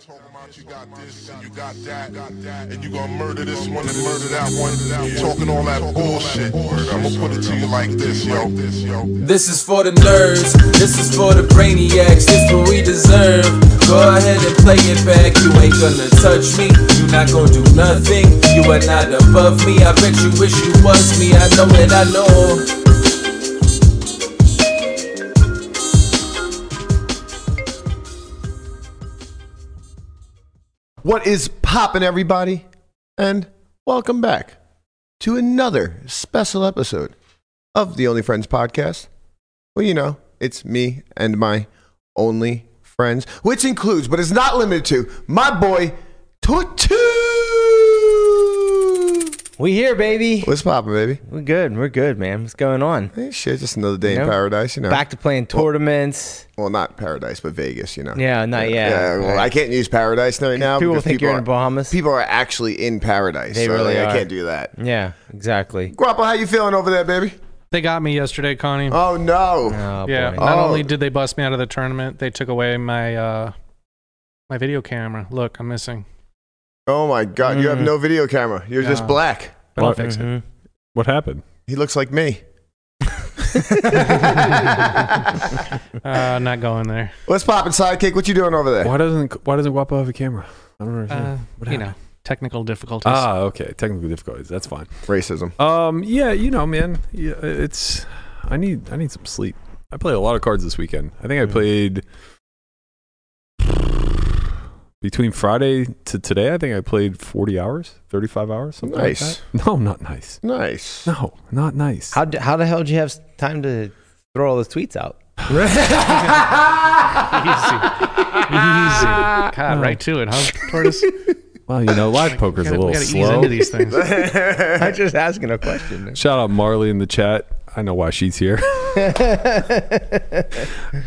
told him out, you got this, and you got that, got that, and you gonna murder this one and murder that one. Talking all that bullshit. I'm gonna put it to you like this, yo. This, yo. This is for the nerds, this is for the brainiacs, this what we deserve. Go ahead and play it back, you ain't gonna touch me, you not gonna do nothing, you are not above me. I bet you wish you was me, I know it, I know. What is poppin', everybody? And welcome back to another special episode of the Only Friends podcast. Well, you know, it's me and my only friends, which includes, but is not limited to, my boy Tutu. We here, baby. What's poppin', baby? We're good. We're good, man. What's going on? Hey, shit, just another day You in know, paradise, you know. Back to playing tournaments. well, not paradise, but Vegas, you know. Yeah, not yet. Yeah, well, I can't use paradise right now. People because think you're in the are- Bahamas. People are actually in paradise. They so, really like, I are. can't do that. yeah, exactly. Guapo, how you feeling over there, baby? They got me yesterday, Connie. Oh no. Oh, yeah. boy. Not Oh. only did they bust me out of the tournament, they took away my uh my video camera. Look, I'm missing. Oh my god, you have no video camera. You're just No. black. But I'll What? fix it. Mhm. What happened? He looks like me. Uh, not going there. What's poppin', sidekick? What you doing over there? Why doesn't Why doesn't Wapo have a camera? I don't understand. Uh, what you happened? know, technical difficulties. Ah, okay. Technical difficulties. That's fine. Racism. Um, yeah, you know, man. Yeah, it's I need I need some sleep. I played a lot of cards this weekend. I think I played between Friday to today. I think I played forty hours, thirty five hours, something Nice. like that. No, not nice. Nice. No, not nice. How d- how the hell did you have s- time to throw all those tweets out? Easy. God, Oh. right to it, huh? Tortoise. well, you know, live poker's a Gotta- little gotta ease slow. into these things. I'm just asking a question. Shout out Marley in the chat. I know why she's here.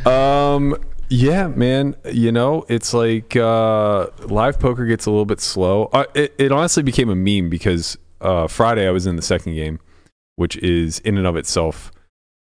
um, yeah, man. You know, it's like uh, live poker gets a little bit slow. Uh, it, it honestly became a meme because uh, Friday I was in the second game, which is in and of itself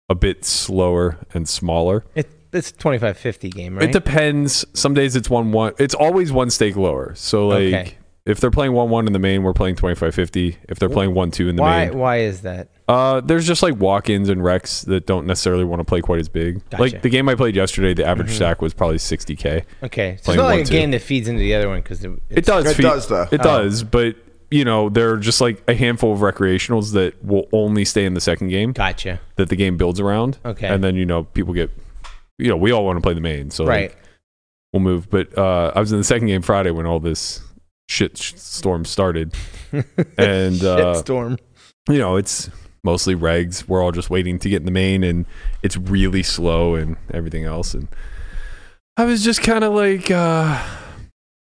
a bit slower and smaller. It, it's 25-50 game, right? It depends. Some days it's one one. It's always one stake lower. So like. Okay. If they're playing one one in the main, we're playing twenty five fifty. If they're playing one two in the why main, why is that? uh, there's just like walk-ins and wrecks that don't necessarily want to play quite as big. Gotcha. Mm-hmm. Like the game I played yesterday, the average stack was probably 60k. Okay, so it's Playing not one, like a two. game that feeds into the other one because It does. It does, though. It Uh-huh. does, but you know there are just like a handful of recreationals that will only stay in the second game Gotcha. that the game builds around. Okay. and then you know people get, you know, we all want to play the main, so like, right. we'll move. But uh, I was in the second game Friday when all this shit sh- storm started, and uh, Shitstorm. you know, it's mostly regs. We're all just waiting to get in the main, and it's really slow and everything else. And I was just kind of like, uh,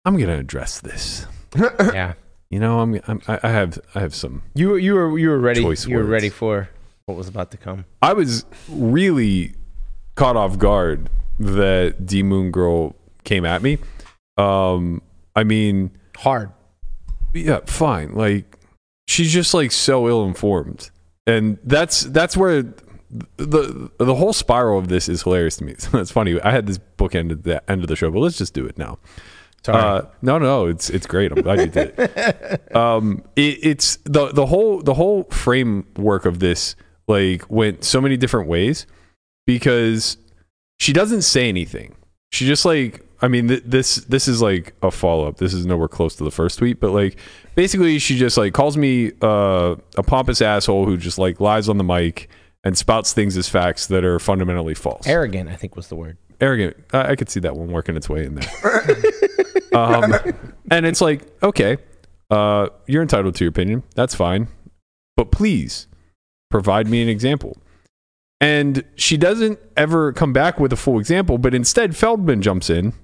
I'm gonna address this. yeah. You know, I'm, I'm I I have I have some. You were- you were you were ready. Choice you were words. ready for what was about to come. I was really caught off guard that D Moon Girl came at me. Um, I mean, Hard. yeah, fine. Like she's just like so ill informed, and that's that's where the the whole spiral of this is hilarious to me. So it's funny. I had this book end at the end of the show, but let's just do it now. Sorry. Uh, no, no, it's it's great. I'm glad you did it. Um, it, it's the the whole the whole framework of this like went so many different ways because she doesn't say anything. She just like I mean th- this this is like a follow up. This is nowhere close to the first tweet, but like basically she just like calls me uh, a pompous asshole who just like lies on the mic and spouts things as facts that are fundamentally false Arrogant, I think was the word. arrogant. I, I could see that one working its way in there. um, and it's like, okay, uh, you're entitled to your opinion. That's fine. But please provide me an example. And she doesn't ever come back with a full example, but instead, Feldman jumps in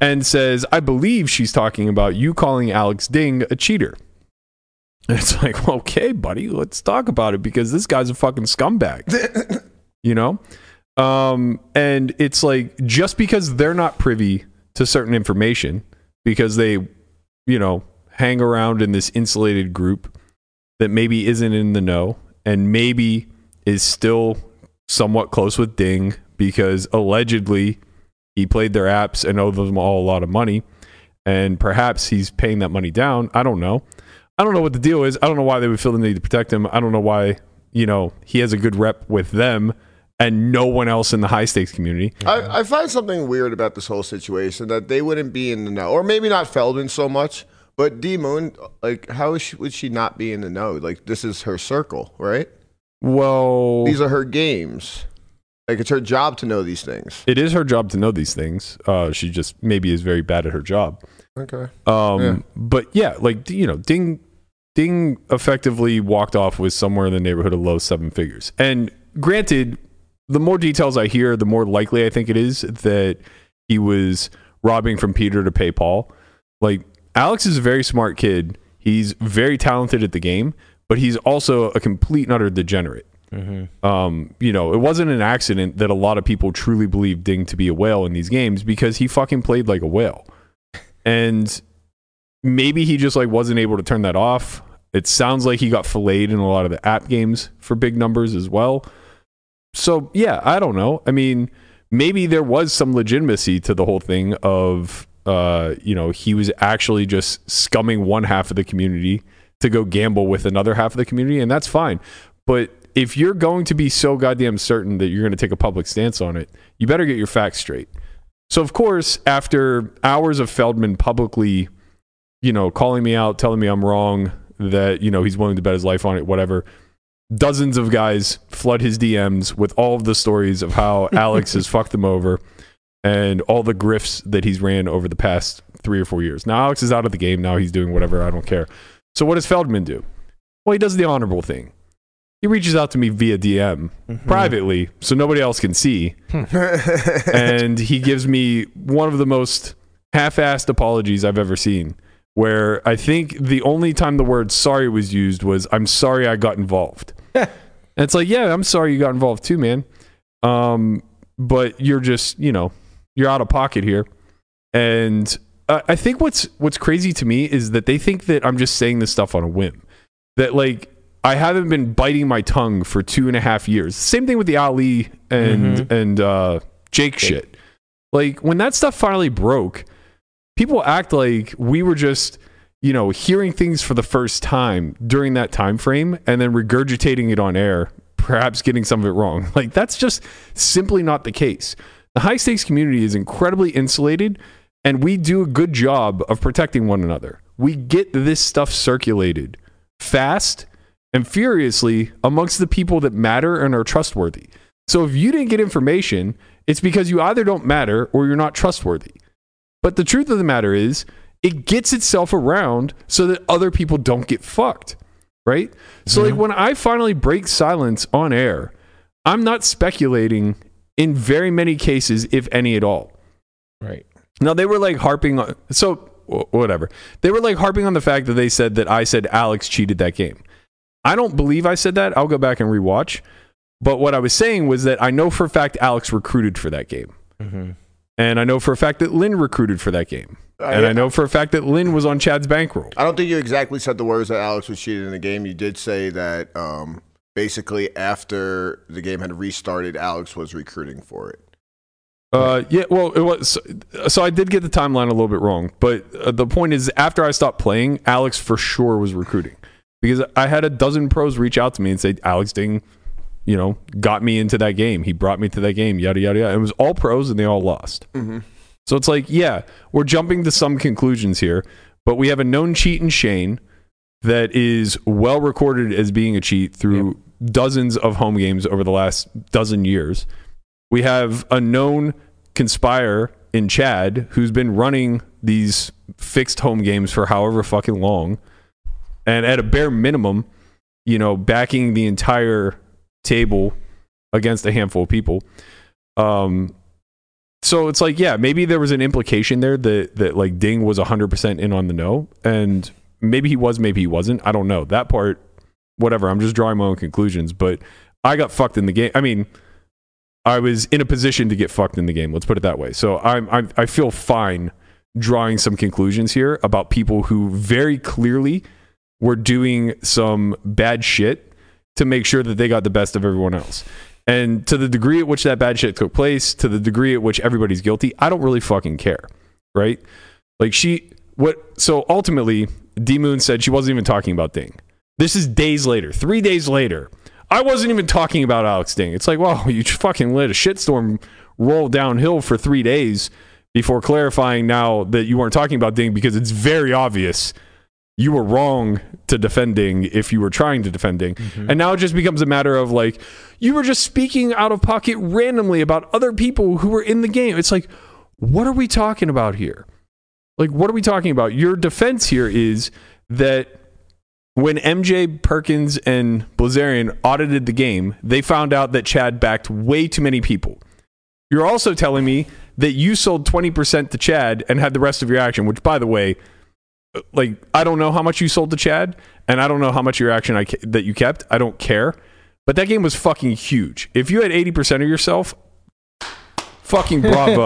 and says, I believe she's talking about you calling Alex Ding a cheater. And it's like, well, okay, buddy, let's talk about it because this guy's a fucking scumbag. you know? Um, and it's like just because they're not privy to certain information, because they, you know, hang around in this insulated group that maybe isn't in the know and maybe is still somewhat close with Ding because allegedly he played their apps and owed them all a lot of money. and perhaps he's paying that money down. I don't know. I don't know what the deal is. I don't know why they would feel the need to protect him. I don't know why, you know, he has a good rep with them and no one else in the high stakes community. I, I find something weird about this whole situation that they wouldn't be in the know, or maybe not Feldman so much, but D Moon. Like, how is she, would she not be in the know? Like, this is her circle, right? Well, These are her games. Like, it's her job to know these things. it is her job to know these things. Uh, she just maybe is very bad at her job. Okay. Um, Yeah. But yeah, like you know, Ding Ding effectively walked off with somewhere in the neighborhood of low seven figures. And granted, the more details I hear, the more likely I think it is that he was robbing from Peter to pay Paul. Like Alex is a very smart kid. He's very talented at the game, but he's also a complete and utter degenerate. Mm-hmm. Um, you know, it wasn't an accident that a lot of people truly believe Ding to be a whale in these games because he fucking played like a whale. And maybe he just like wasn't able to turn that off. It sounds like he got filleted in a lot of the app games for big numbers as well. So yeah, I don't know. I mean, maybe there was some legitimacy to the whole thing of uh, you know, he was actually just scumming one half of the community to go gamble with another half of the community, and that's fine. But if you're going to be so goddamn certain that you're going to take a public stance on it, you better get your facts straight. So of course, after hours of Feldman publicly you know, calling me out, telling me I'm wrong, that, you know, he's willing to bet his life on it, whatever. Dozens of guys flood his DMs with all of the stories of how Alex has fucked them over and all the grifts that he's ran over the past three or four years. Now, Alex is out of the game. Now he's doing whatever. I don't care. So, what does Feldman do? Well, he does the honorable thing. He reaches out to me via DM Hmm. privately so nobody else can see and he gives me one of the most half-assed apologies I've ever seen. Where I think the only time the word sorry was used was "I'm sorry I got involved." and it's like, yeah, I'm sorry you got involved too, man. Um, but you're just, you know, you're out of pocket here. And I I think what's what's crazy to me is that they think that I'm just saying this stuff on a whim. That like I haven't been biting my tongue for two and a half years. Same thing with the Ali and and uh, Jake shit. Like when that stuff finally broke, people act like we were just you know hearing things for the first time during that time frame and then regurgitating it on air perhaps getting some of it wrong like that's just simply not the case the high stakes community is incredibly insulated and we do a good job of protecting one another we get this stuff circulated fast and furiously amongst the people that matter and are trustworthy so if you didn't get information it's because you either don't matter or you're not trustworthy but the truth of the matter is, it gets itself around so that other people don't get fucked, right? So, like, when I finally break silence on air, I'm not speculating in very many cases, if any at all. Right. Now, they were like harping on, so wh- whatever. They were like harping on the fact that they said that I said Alex cheated that game. I don't believe I said that. I'll go back and rewatch. But what I was saying was that I know for a fact Alex recruited for that game. And I know for a fact that Lynn recruited for that game. and I know for a fact that Lynn was on Chad's bankroll. I don't think you exactly said the words that Alex was cheated in the game. You did say that um, basically after the game had restarted, Alex was recruiting for it. Uh, yeah, well, it was. So I did get the timeline a little bit wrong, but uh, the point is, after I stopped playing, Alex for sure was recruiting because I had a dozen pros reach out to me and say, Alex Ding, you know, got me into that game. He brought me to that game. Yada yada yada. It was all pros, and they all lost. So it's like, yeah, we're jumping to some conclusions here, but we have a known cheat in Shane that is well recorded as being a cheat through dozens of home games over the last dozen years. We have a known conspire in Chad who's been running these fixed home games for however fucking long. And at a bare minimum, you know, backing the entire table against a handful of people. Um, so it's like, yeah, maybe there was an implication there that, that like Ding was 100% in on the know. And maybe he was, maybe he wasn't. I don't know. That part, whatever. I'm just drawing my own conclusions. But I got fucked in the game. I mean, I was in a position to get fucked in the game. Let's put it that way. So I'm, I'm I feel fine drawing some conclusions here about people who very clearly were doing some bad shit to make sure that they got the best of everyone else. And to the degree at which that bad shit took place, to the degree at which everybody's guilty, I don't really fucking care, right? Like she What? So ultimately, D Moon said she wasn't even talking about Ding. This is days later, three days later. I wasn't even talking about Alex Ding. It's like, wow, you just fucking let a shitstorm roll downhill for three days before clarifying now that you weren't talking about Ding because it's very obvious you were wrong to defend Ding if you were trying to defend Ding. And now it just becomes a matter of like, you were just speaking out of pocket randomly about other people who were in the game. It's like, what are we talking about here? Like, what are we talking about? Your defense here is that when MJ Perkins and Blazarian audited the game, they found out that Chad backed way too many people. You're also telling me that you sold 20% to Chad and had the rest of your action, which, by the way, like I don't know how much you sold to Chad, and I don't know how much your action I, ke- that you kept. I don't care, but that game was fucking huge. If you had 80% of yourself, fucking bravo.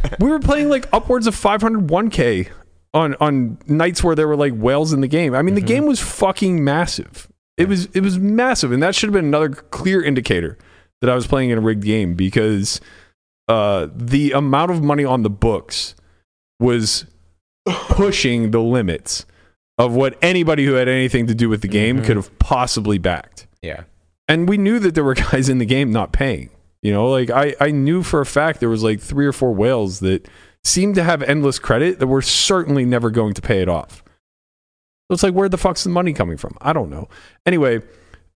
we were playing like upwards of 501k on on nights where there were like whales in the game. I mean, the game was fucking massive. It was it was massive, and that should have been another clear indicator that I was playing in a rigged game because uh, the amount of money on the books was pushing the limits of what anybody who had anything to do with the game could have possibly backed. Yeah. And we knew that there were guys in the game not paying. You know, like I, I knew for a fact there was like three or four whales that seemed to have endless credit that were certainly never going to pay it off. So it's like where the fuck's the money coming from? I don't know. Anyway,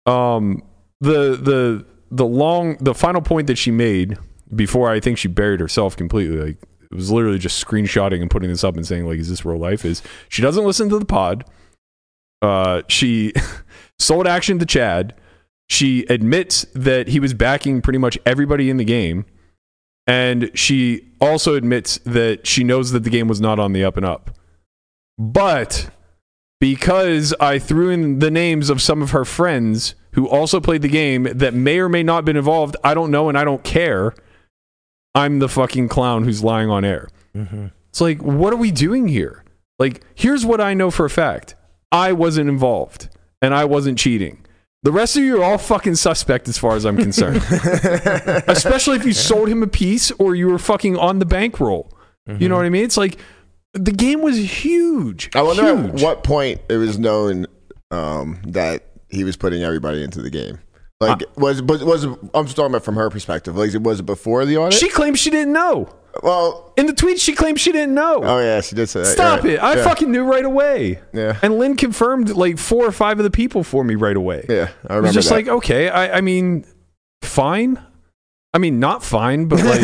um the the the long the final point that she made before I think she buried herself completely, like it was literally just screenshotting and putting this up and saying, like, is this real life? Is she doesn't listen to the pod. Uh she sold action to Chad. She admits that he was backing pretty much everybody in the game. And she also admits that she knows that the game was not on the up and up. But because I threw in the names of some of her friends who also played the game that may or may not have been involved, I don't know and I don't care. I'm the fucking clown who's lying on air. It's like, what are we doing here? Like, here's what I know for a fact I wasn't involved and I wasn't cheating. The rest of you are all fucking suspect as far as I'm concerned. Especially if you sold him a piece or you were fucking on the bankroll. You know what I mean? It's like the game was huge. I wonder at huge. what point it was known um, that he was putting everybody into the game. Uh, Like was was was I'm just talking about from her perspective. Like was it before the audit? She claims she didn't know. well, In the tweet, she claimed she didn't know. oh yeah, she did say that. You're Stop right. it. I yeah. fucking knew right away. Yeah. And Lynn confirmed like four or five of the people for me right away. yeah. I It remember was just that. like, okay, I, I mean, fine. I mean, not fine, but like,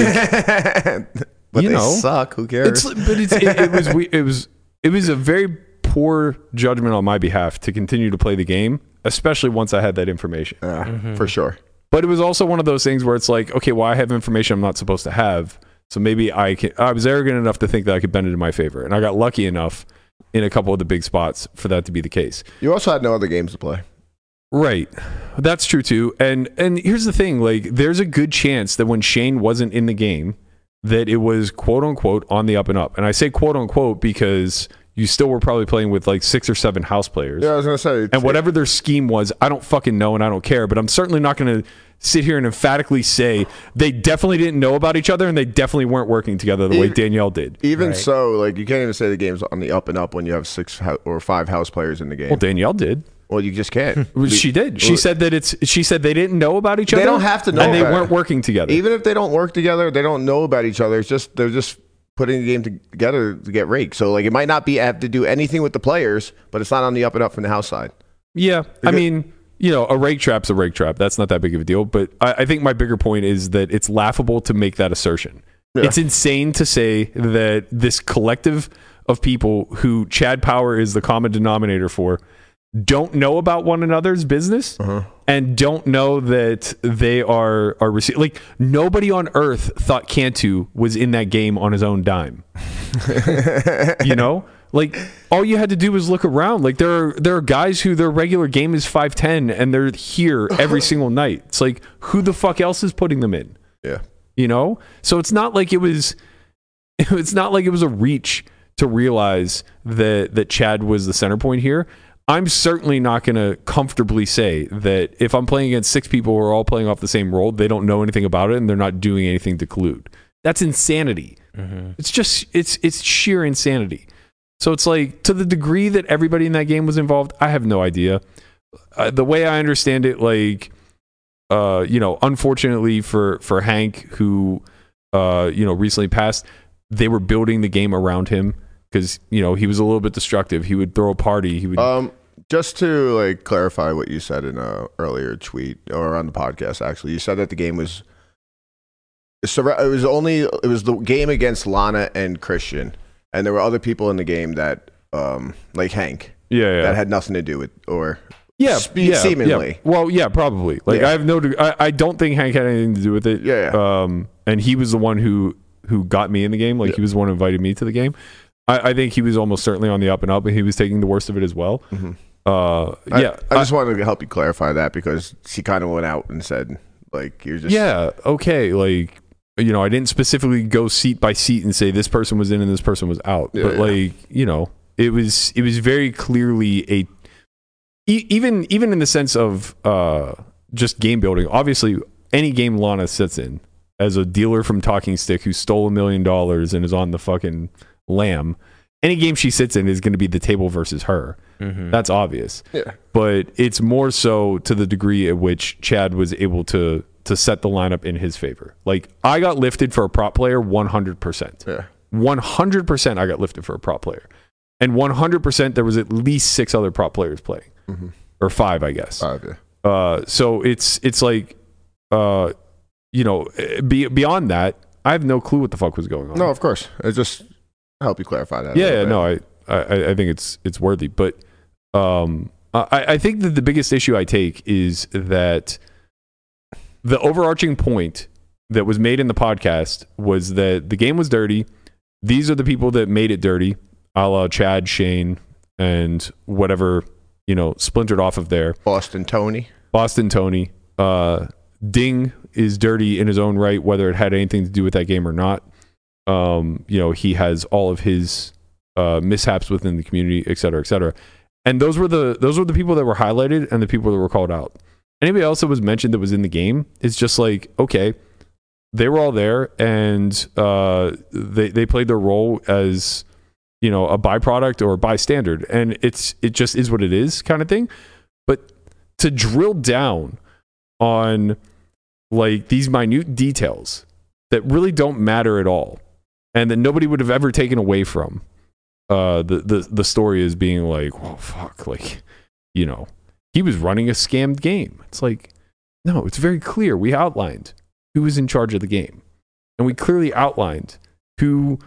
but you they know, suck. Who it's, cares? but it's, it, it was, we- it was, it was a very poor judgment on my behalf to continue to play the game, especially once I had that information. Uh, For sure. But it was also one of those things where it's like, okay, well, I have information I'm not supposed to have, so maybe I can. I was arrogant enough to think that I could bend it in my favor, and I got lucky enough in a couple of the big spots for that to be the case. You also had no other games to play. Right. That's true too. And and here's the thing, like there's a good chance that when Shane wasn't in the game that it was quote unquote on the up and up. And I say quote unquote because you still were probably playing with like six or seven house players. Yeah, I was gonna say. it's- And whatever their scheme was, I don't fucking know and I don't care, but I'm certainly not going to sit here and emphatically say they definitely didn't know about each other and they definitely weren't working together the way Even- Danielle did. Even Right. so, like you can't even say the game's on the up and up when you have six hou- or five house players in the game. Well, Danielle did. Well, you just can't. Well, She did. She said that it's. She said they didn't know about each They other. don't have to know and they about it. weren't working together. even if they don't work together, they don't know about each other. It's just they're just putting the game to- together to get raked. So like it might not be have to do anything with the players, but it's not on the up and up from the house side. Yeah, I Because- mean, you know, a rake trap's a rake trap. That's not that big of a deal. But I, I think my bigger point is that it's laughable to make that assertion. Yeah. It's insane to say that this collective of people who Chad Power is the common denominator for don't know about one another's business and don't know that they are are receiving. Like nobody on earth thought Cantu was in that game on his own dime you know like all you had to do was look around like there are there are guys who their regular game is 510 and they're here every single night it's like who the fuck else is putting them in Yeah. you know so it's not like it was it's not like it was a reach to realize that that Chad was the center point here I'm certainly not going to comfortably say that if I'm playing against six people who are all playing off the same role, they don't know anything about it and they're not doing anything to collude. That's insanity. hmm It's just it's it's sheer insanity. So it's like to the degree that everybody in that game was involved, I have no idea. Uh, the way I understand it, like uh, you know, unfortunately for for Hank, who uh, you know recently passed, they were building the game around him because you know he was a little bit destructive. He would throw a party. He would Um, just to like clarify what you said in a earlier tweet or on the podcast, actually, you said that the game was surra- it was only it was the game against Lana and Christian, and there were other people in the game that um like Hank yeah, yeah. that had nothing to do with or yeah, spe- yeah, seemingly. Yeah. Well, yeah, probably. Like Yeah. I have no, deg- I, I don't think Hank had anything to do with it. Yeah, Um, and he was the one who who got me in the game. Like he was the one who invited me to the game. I, I think he was almost certainly on the up and up, and he was taking the worst of it as well. Uh, Mm-hmm. I- yeah, I, just wanted to help you clarify that because she kind of went out and said like you're just yeah, okay, like you know, I didn't specifically go seat by seat and say this person was in and this person was out, Yeah, but yeah. like you know, it was it was very clearly a e- even even in the sense of uh, just game building. Obviously, any game Lana sits in as a dealer from Talking Stick who stole a million dollars and is on the fucking lamb. Any game she sits in is going to be the table versus her. That's obvious Mm-hmm. yeah but it's more so to the degree at which Chad was able to to set the lineup in his favor. Like I got lifted for a prop player 100%. yeah 100% I got lifted for a prop player. And 100% there was at least 6 other prop players playing. Or 5, I guess. Mm-hmm. Five, yeah. Uh, so it's it's like uh you know, eh, be, beyond that, I have no clue what the fuck was going on. no of course I just help you clarify that a Yeah, little yeah, bit. no, I, I, I think it's it's worthy, but um, I, I think that the biggest issue I take is that the overarching point that was made in the podcast was that the game was dirty. These are the people that made it dirty, a la Chad, Shane, and whatever you know splintered off of there. Boston Tony Boston Tony. Uh, Ding is dirty in his own right, whether it had anything to do with that game or not. Um, you know, he has all of his uh, mishaps within the community, et cetera, et cetera. And those were the those were the people that were highlighted and the people that were called out. Anybody else that was mentioned that was in the game is just like, okay, they were all there and uh, they they played their role as you know a byproduct or a bystander, and it's it just is what it is kind of thing. But to drill down on like these minute details that really don't matter at all and that nobody would have ever taken away from uh the the, the story is being like oh fuck like you know he was running a scammed game it's like no it's very clear we outlined who was in charge of the game and we clearly outlined who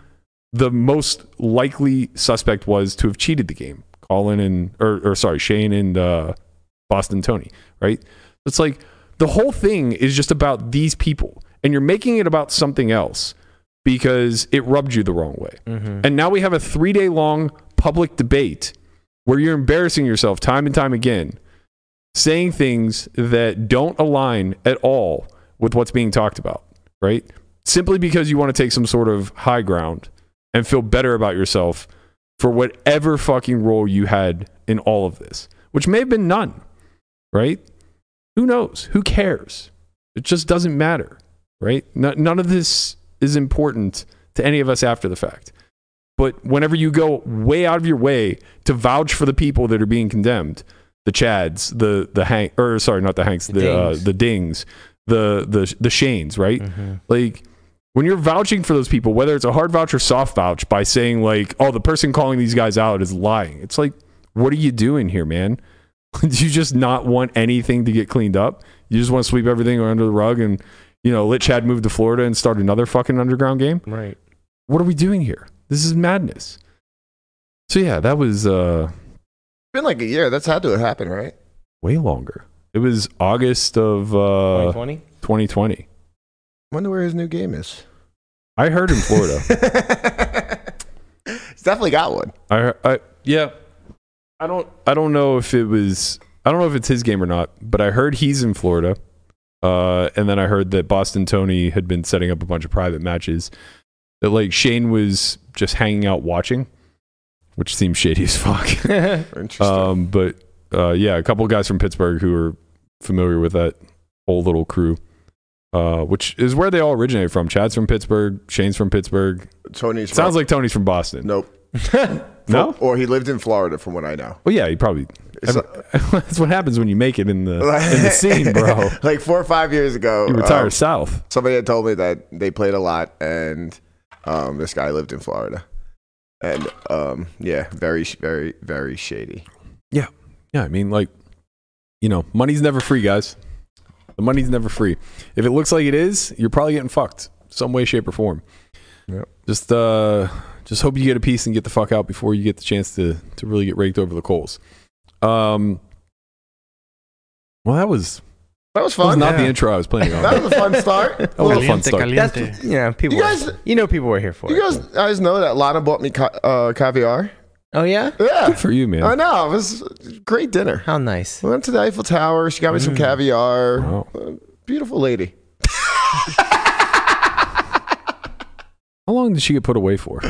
the most likely suspect was to have cheated the game colin and or, or sorry shane and uh Boston Tony, right? It's like the whole thing is just about these people, and you're making it about something else because it rubbed you the wrong way. And now we have a three day long public debate where you're embarrassing yourself time and time again, saying things that don't align at all with what's being talked about, right? Simply because you want to take some sort of high ground and feel better about yourself for whatever fucking role you had in all of this, which may have been none, right? Who knows? Who cares? It just doesn't matter, right? No- none of this is important to any of us after the fact. But whenever you go way out of your way to vouch for the people that are being condemned, the Chads, the the Hank, or sorry, not the Hanks, the The the uh, Dings. the Dings, the the the Shanes, right? Like when you're vouching for those people, whether it's a hard vouch or soft vouch, by saying like, "Oh, the person calling these guys out is lying," it's like, what are you doing here, man? Do you just not want anything to get cleaned up? You just want to sweep everything under the rug and, you know, let Chad move to Florida and start another fucking underground game? Right. What are we doing here? This is madness. So yeah, that was uh it's been like a year that's had to have happened right way longer. It was August of uh 2020. 2020. wonder where his new game is I heard in Florida. He's definitely got one. I, I yeah. I don't I don't know if it was I don't know if it's his game or not, but I heard he's in Florida. Uh, and then I heard that Boston Tony had been setting up a bunch of private matches that like Shane was just hanging out watching, which seems shady as fuck. Interesting. um, but uh, yeah, a couple of guys from Pittsburgh who are familiar with that whole little crew uh, which is where they all originated from. Chad's from Pittsburgh. Shane's from Pittsburgh. Tony's Sounds like Tony's from Boston. nope. No? Or he lived in Florida, from what I know. Well, yeah, he probably. It's that's what happens when you make it in the in the scene, bro. like four or five years ago, You um, retire south. somebody had told me that they played a lot, and um, this guy lived in Florida, and um, yeah, very, sh- very, very shady. Yeah, I mean, like, you know, money's never free, guys. The money's never free. If it looks like it is, you're probably getting fucked some way, shape, or form. Yep. Just uh, just hope you get a piece and get the fuck out before you get the chance to to really get raked over the coals. Um. Well, that was That was that was fun. not the yeah. intro I was planning on. That was a fun start. That was a fun Caliente, start. That's caliente. you know people. You You guys- you know people were here for. You it. guys, guys know that Lana bought me ca- uh, caviar. Oh yeah. Yeah, Good for you, man. I know. It was a great dinner. How nice. We went to the Eiffel Tower. She got me some caviar. Mm. Wow. Uh, beautiful lady. How long did she get put away for?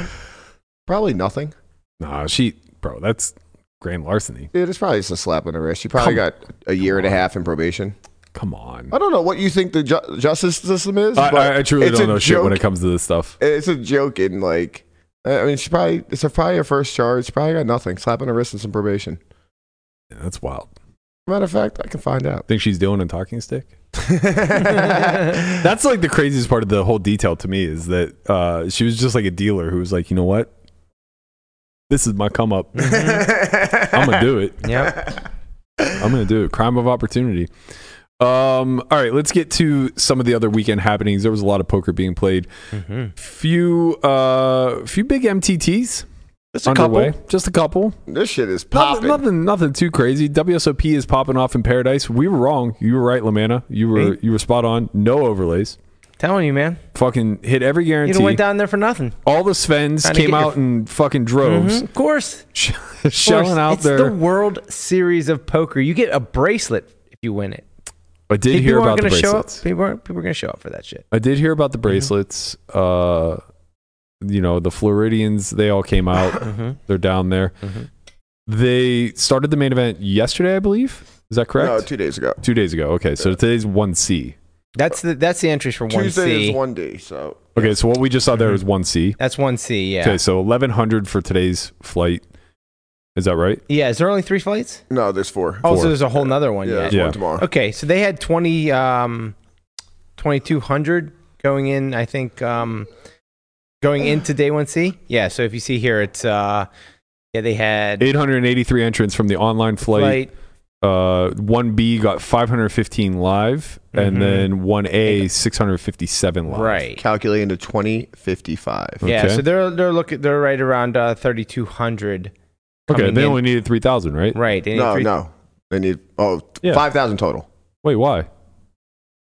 Probably nothing. Nah, she, bro, that's grand larceny. Dude, it's probably just a slap on the wrist. She probably got a year and a half in probation. Come on. I don't know what you think the ju- justice system is. I, but I, I truly it's don't a know shit when joke it comes to this stuff. it's a joke in like I mean she probably it's her probably her first charge. She probably got nothing. Slap on the wrist and some probation. Yeah, that's wild. Matter of fact, I can find out. Think she's doing a talking stick? yeah, That's like the craziest part of the whole detail to me is that uh, she was just like a dealer who was like, you know what? This is my come up. I'm gonna do it. Mm-hmm. Mm-hmm. Yep. I'm gonna do it. Crime of opportunity. Um, all right, let's get to some of the other weekend happenings. There was a lot of poker being played. hmm Few, uh, few big MTTs Just underway. Just a couple. This shit is Nothing, popping. nothing, nothing too crazy. WSOP is popping off in paradise. We were wrong. You were right, Lamanna. You were Me? you were spot on. No overlays. Telling you, man. Fucking hit every You guarantee. done went down there for nothing. All the Svens Trying to came get your- out in fucking droves, Mhm. Of course. sh- Of course. Oh, shelling out it's their. the World Series of Poker. You get a bracelet if you win it. I did hear people about aren't the gonna show up. Mm-hmm. bracelets. People aren't. People are gonna show up for that shit. I did hear about the bracelets. Uh, you know the Floridians. They all came out. Mm-hmm. They're down there. Mhm. They started the main event yesterday, I believe. Is that correct? No, two days ago. Two days ago. Okay, so today's one C. That's the that's the entries for one Tuesday C. is one D. So Okay, so what we just saw Mm-hmm. there was one C. That's one C. Yeah. Okay, so 1100 for today's flight. Is that right? Yeah. Is there only three flights? no, there's four. Oh, Four. so there's a whole nother one. yeah, Yeah. there's yeah. one tomorrow. Okay. So they had twenty um, twenty two hundred going in. I think um, going into day one C. Yeah. So if you see here, it's uh, yeah they had 883 entrants from the online flight. flight Uh, 1B got 515 live, Mhm. and then 1A 657 live. right. Calculating to twenty fifty five. Yeah. Okay. So they're they're looking they're right around uh, thirty two hundred. Okay, coming they in. only needed 3,000, right? Right. They need No, three- no. They need oh Yeah. five thousand total. Wait, why?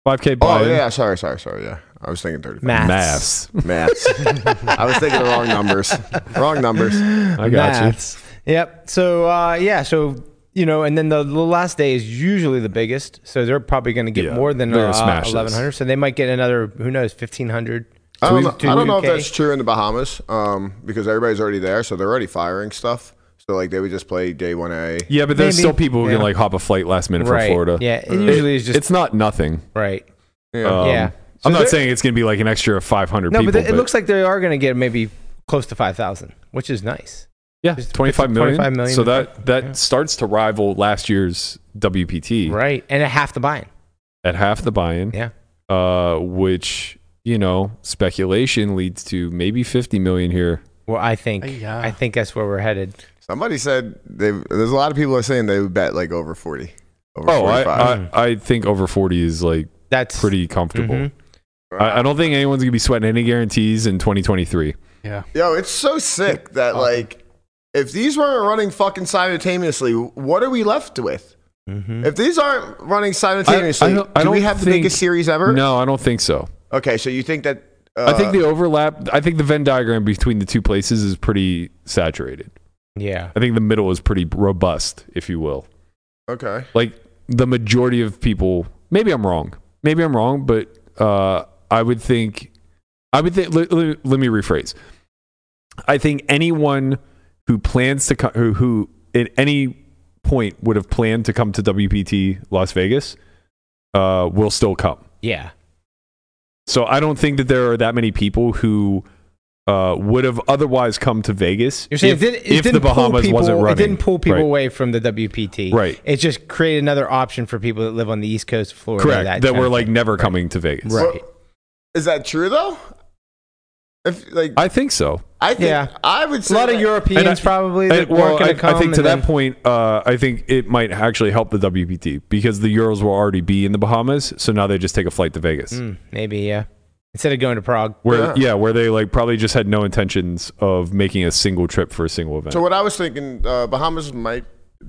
5K Oh buy. yeah, sorry, sorry, sorry. Yeah, I was thinking thirty. Maths. Maths. Maths. I was thinking the wrong numbers. Wrong numbers. I got Maths. Yep. So uh, yeah. So you know, and then the, the last day is usually the biggest. So they're probably going to get Yeah, more than they're gonna uh, smash this. eleven hundred. So they might get another. Who knows? Fifteen hundred. I don't, know, Two- I don't know if 2K. that's true in the Bahamas um, because everybody's already there, so they're already firing stuff. So like they would just play day one A. you. Yeah, but there's Maybe. still people who Yeah. can like hop a flight last minute Right. from Florida. Yeah. It usually is just It's not nothing. right. Yeah. Um, yeah. Uh, So I'm not they're- saying it's going to be like an extra 500 No, people. but it looks like they are going to get maybe close to five thousand, which is nice. Yeah, Just 25 put million. 25 million So in that that Yeah. starts to rival last year's WPT Right. And a half the buy-in. at half the buy-in. Yeah. Uh, which you know, speculation leads to maybe 50 million here. Well, I think Yeah. I think that's where we're headed. Somebody said they. There's a lot of people are saying they would bet like over forty. Over Oh, I, 45. I I think over 40 is like That's pretty comfortable. Mhm. I, I don't think anyone's gonna be sweating any guarantees in 2023. Yeah. Yo, it's so sick that like if these weren't running fucking simultaneously, what are we left with? Mhm. If these aren't running simultaneously, don't- I do we don't have the think- biggest series ever? No, I don't think so. Okay, so you think that? Uh, I think the overlap. I think the Venn diagram between the two places is pretty saturated. Yeah. I think the middle is pretty robust, if you will. uh, okay. like the majority of people maybe i'm wrong maybe i'm wrong but uh i would think i would think let, let, let me rephrase i think anyone who plans to come who, who at any point would have planned to come to wpt las vegas uh will still come Yeah. So I don't think that there are that many people who uh, would have otherwise come to Vegas You're saying if, it didn't, it if didn't the Bahamas pull people, wasn't running. It didn't pull people Right. away from the WPT. Right. It just created another option for people that live on the East Coast of Florida. Correct. That, kind were of like thing. never coming to Vegas. Right. Is that true though? If like I, I think so. think yeah. I would A say lot of that- Europeans And I- probably I- that weren't I, going to come. I think to and that then- point, uh, I think it might actually help the WPT because the Euros will already be in the Bahamas, so now they just take a flight to Vegas. Mm, maybe, yeah. Instead of going to Prague. Where Yeah. yeah. where they like probably just had no intentions of making a single trip for a single event. So what I was thinking, uh, Bahamas might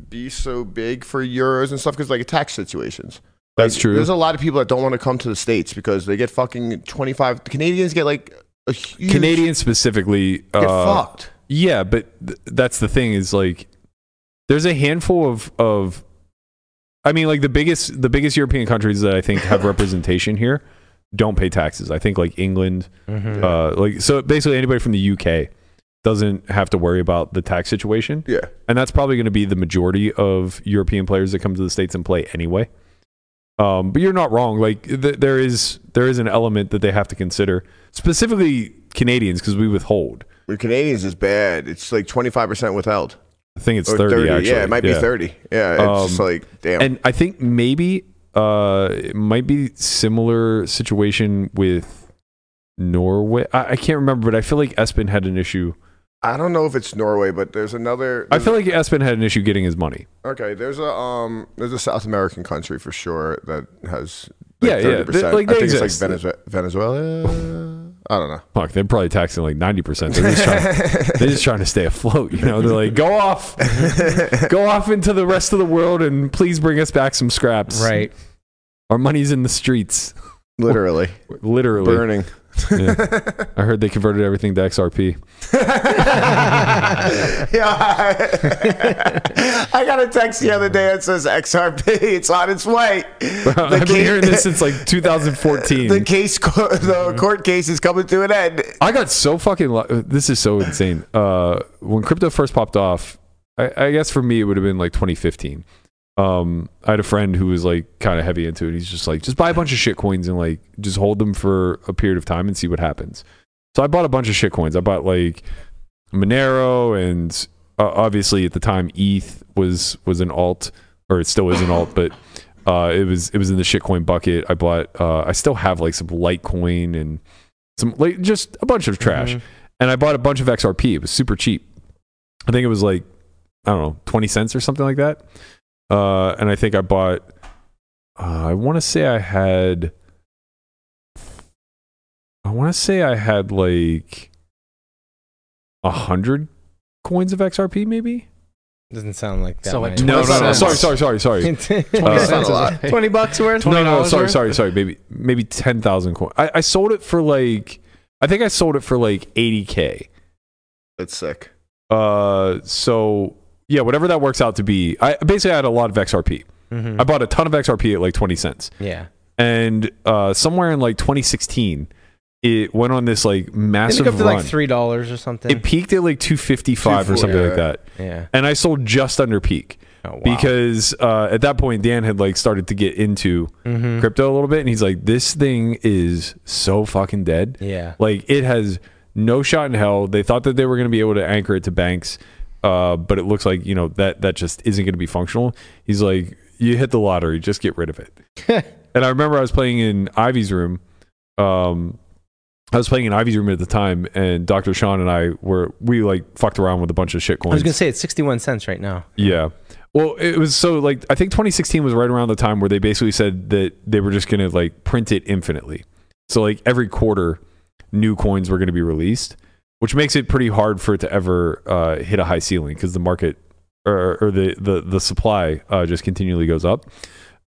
be so big for euros and stuff because like tax situations. That's Like, true. There's a lot of people that don't want to come to the states because they get fucking 25. The Canadians get like a huge Canadians specifically, get uh, fucked. yeah, but th- that's the thing is like, there's a handful of of, I mean, like the biggest the biggest European countries that I think have representation here don't pay taxes. I think like England, Mm-hmm. Mhm. uh, like so basically anybody from the UK doesn't have to worry about the tax situation, Yeah. and that's probably going to be the majority of European players that come to the states and play anyway. Um, but you're not wrong. Like th- there is there is an element that they have to consider specifically Canadians because we withhold. With Canadians is bad. It's like 25% withheld. I think it's thirty. actually. Yeah, it might be 30. Yeah. It's just Um, like, damn. And I think maybe uh, it might be similar situation with Norway. I, I can't remember, but I feel like Espen had an issue. I don't know if it's Norway, but there's another. I feel like Espen had an issue getting his money. Okay, there's a um, there's a South American country for sure that has Yeah, like yeah, thirty percent. they- like, I they think it's exist. like Venezue- Venezuela. I don't know. Fuck, they're probably taxing like ninety percent. They're just trying. they're just trying to stay afloat. You know, they're like, go off, go off into the rest of the world, and please bring us back some scraps. Right. Our money's in the streets, Literally literally. burning. Yeah. I heard they converted everything to XRP. yeah, I, I got a text the other day that says XRP. It's on its way. The I've been case- hearing this since like 2014. The case, co- the court case is coming to an end. I got so fucking. Lo- this is so insane. Uh, when crypto first popped off, I, I guess for me it would have been like 2015. Um, I had a friend who was like kind of heavy into it. He's just like, just buy a bunch of shit coins and like just hold them for a period of time and see what happens. So I bought a bunch of shit coins. I bought like Monero and uh, obviously at the time ETH was was an alt or it still is an alt, but uh, it was it was in the shitcoin bucket. I bought. Uh, I still have like some Litecoin and some like just a bunch of trash. And I bought a bunch of XRP. It was super cheap. I think it was like I don't know twenty cents or something like that. Uh, and I think I bought. Uh, I want to say I had. I want to say I had like a hundred coins of XRP, maybe. Doesn't sound like that. So, like, many. No, No, no, no. cents. Sorry, sorry, sorry, sorry. 20 That's not a lot. cents. 20 bucks worth? No, no, $20 sorry, worth? sorry, sorry. Maybe maybe ten thousand coins. I, I sold it for like I think I sold it for like eighty k. That's sick. Uh, so yeah, whatever that works out to be. I basically I had a lot of XRP. Mhm. I bought a ton of XRP at like twenty cents, Yeah. and uh, somewhere in like 2016, it went on this like Didn't massive it go up to run. like $3 or something? it peaked at like 255 or 240, something yeah. like that, yeah. and I sold just under peak Oh, wow. because uh, at that point Dan had like started to get into Mhm. Mm-hmm. crypto a little bit and he's like this thing is so fucking dead Yeah. like it has no shot in hell they thought that they were going to be able to anchor it to banks uh, but it looks like you know that that just isn't going to be functional he's like you hit the lottery just get rid of it and i remember i was playing in ivy's room um, i was playing in ivy's room at the time and dr sean and i were we like fucked around with a bunch of shit I was coins going to say it's 61 cents right now. yeah. Well, it was so like I think 2016 was right around the time where they basically said that they were just going to like print it infinitely. So like every quarter, new coins were going to be released, which makes it pretty hard for it to ever uh, hit a high ceiling because the market or, or the the the supply uh, just continually goes up.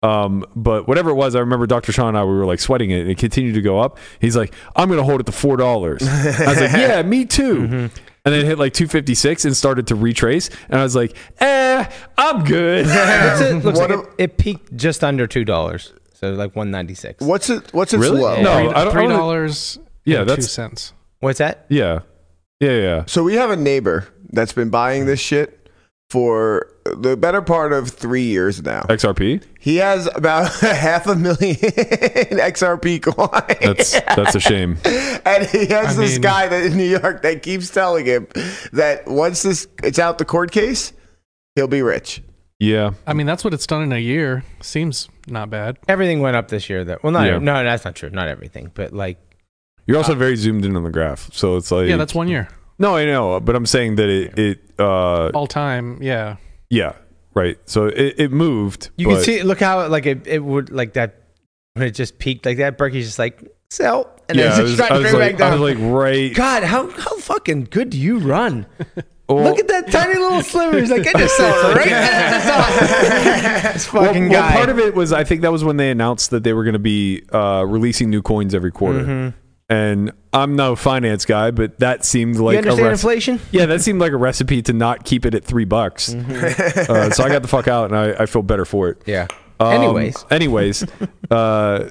Um, but whatever it was, I remember Dr. Sean and I we were like sweating it, and it continued to go up. He's like, "I'm going to hold it to four dollars." I was like, "Yeah, me too." And then it hit like 256 and started to retrace, and I was like, "Eh, I'm good." What's it, looks What like it, it peaked just under $2. So like 196. What's it? What's its Really? low? No, Three- I don't- I Three don't- dollars. Yeah, and that's- two cents. What's that? yeah, yeah, yeah. So we have a neighbor that's been buying this shit for the better part of three years now. XRP. He has about half a million XRP coins. That's that's a shame. and he has I this mean- guy that in New York that keeps telling him that once this it's out the court case, he'll be rich. Yeah, I mean, that's what it's done in a year. Seems not bad. Everything went up this year, though. Well, not Yeah. no, that's not true. Not everything, but like you're also very zoomed in on the graph, so it's like Yeah, that's one year. No, I know, but I'm saying that it it uh All time, yeah. yeah right. So it, it moved. you can but- see. Look how like it, it would like that when it just peaked like that. Berkey's just like sell, and Yeah, then I it's was, just trying I to was bring it like, back I down. was like right. God, how how fucking good do you run? well, Look at that tiny little sliver. He's like, I just saw it right there. This well, fucking well, guy. part of it was I think that was when they announced that they were going to be uh, releasing new coins every quarter. Mm-hmm. And I'm no finance guy, but that seemed like you understand a rec- inflation? Yeah, that seemed like a recipe to not keep it at three bucks. Mm-hmm. Uh, so I got the fuck out, and I, I feel better for it. Yeah. Um, Anyways, anyways, uh,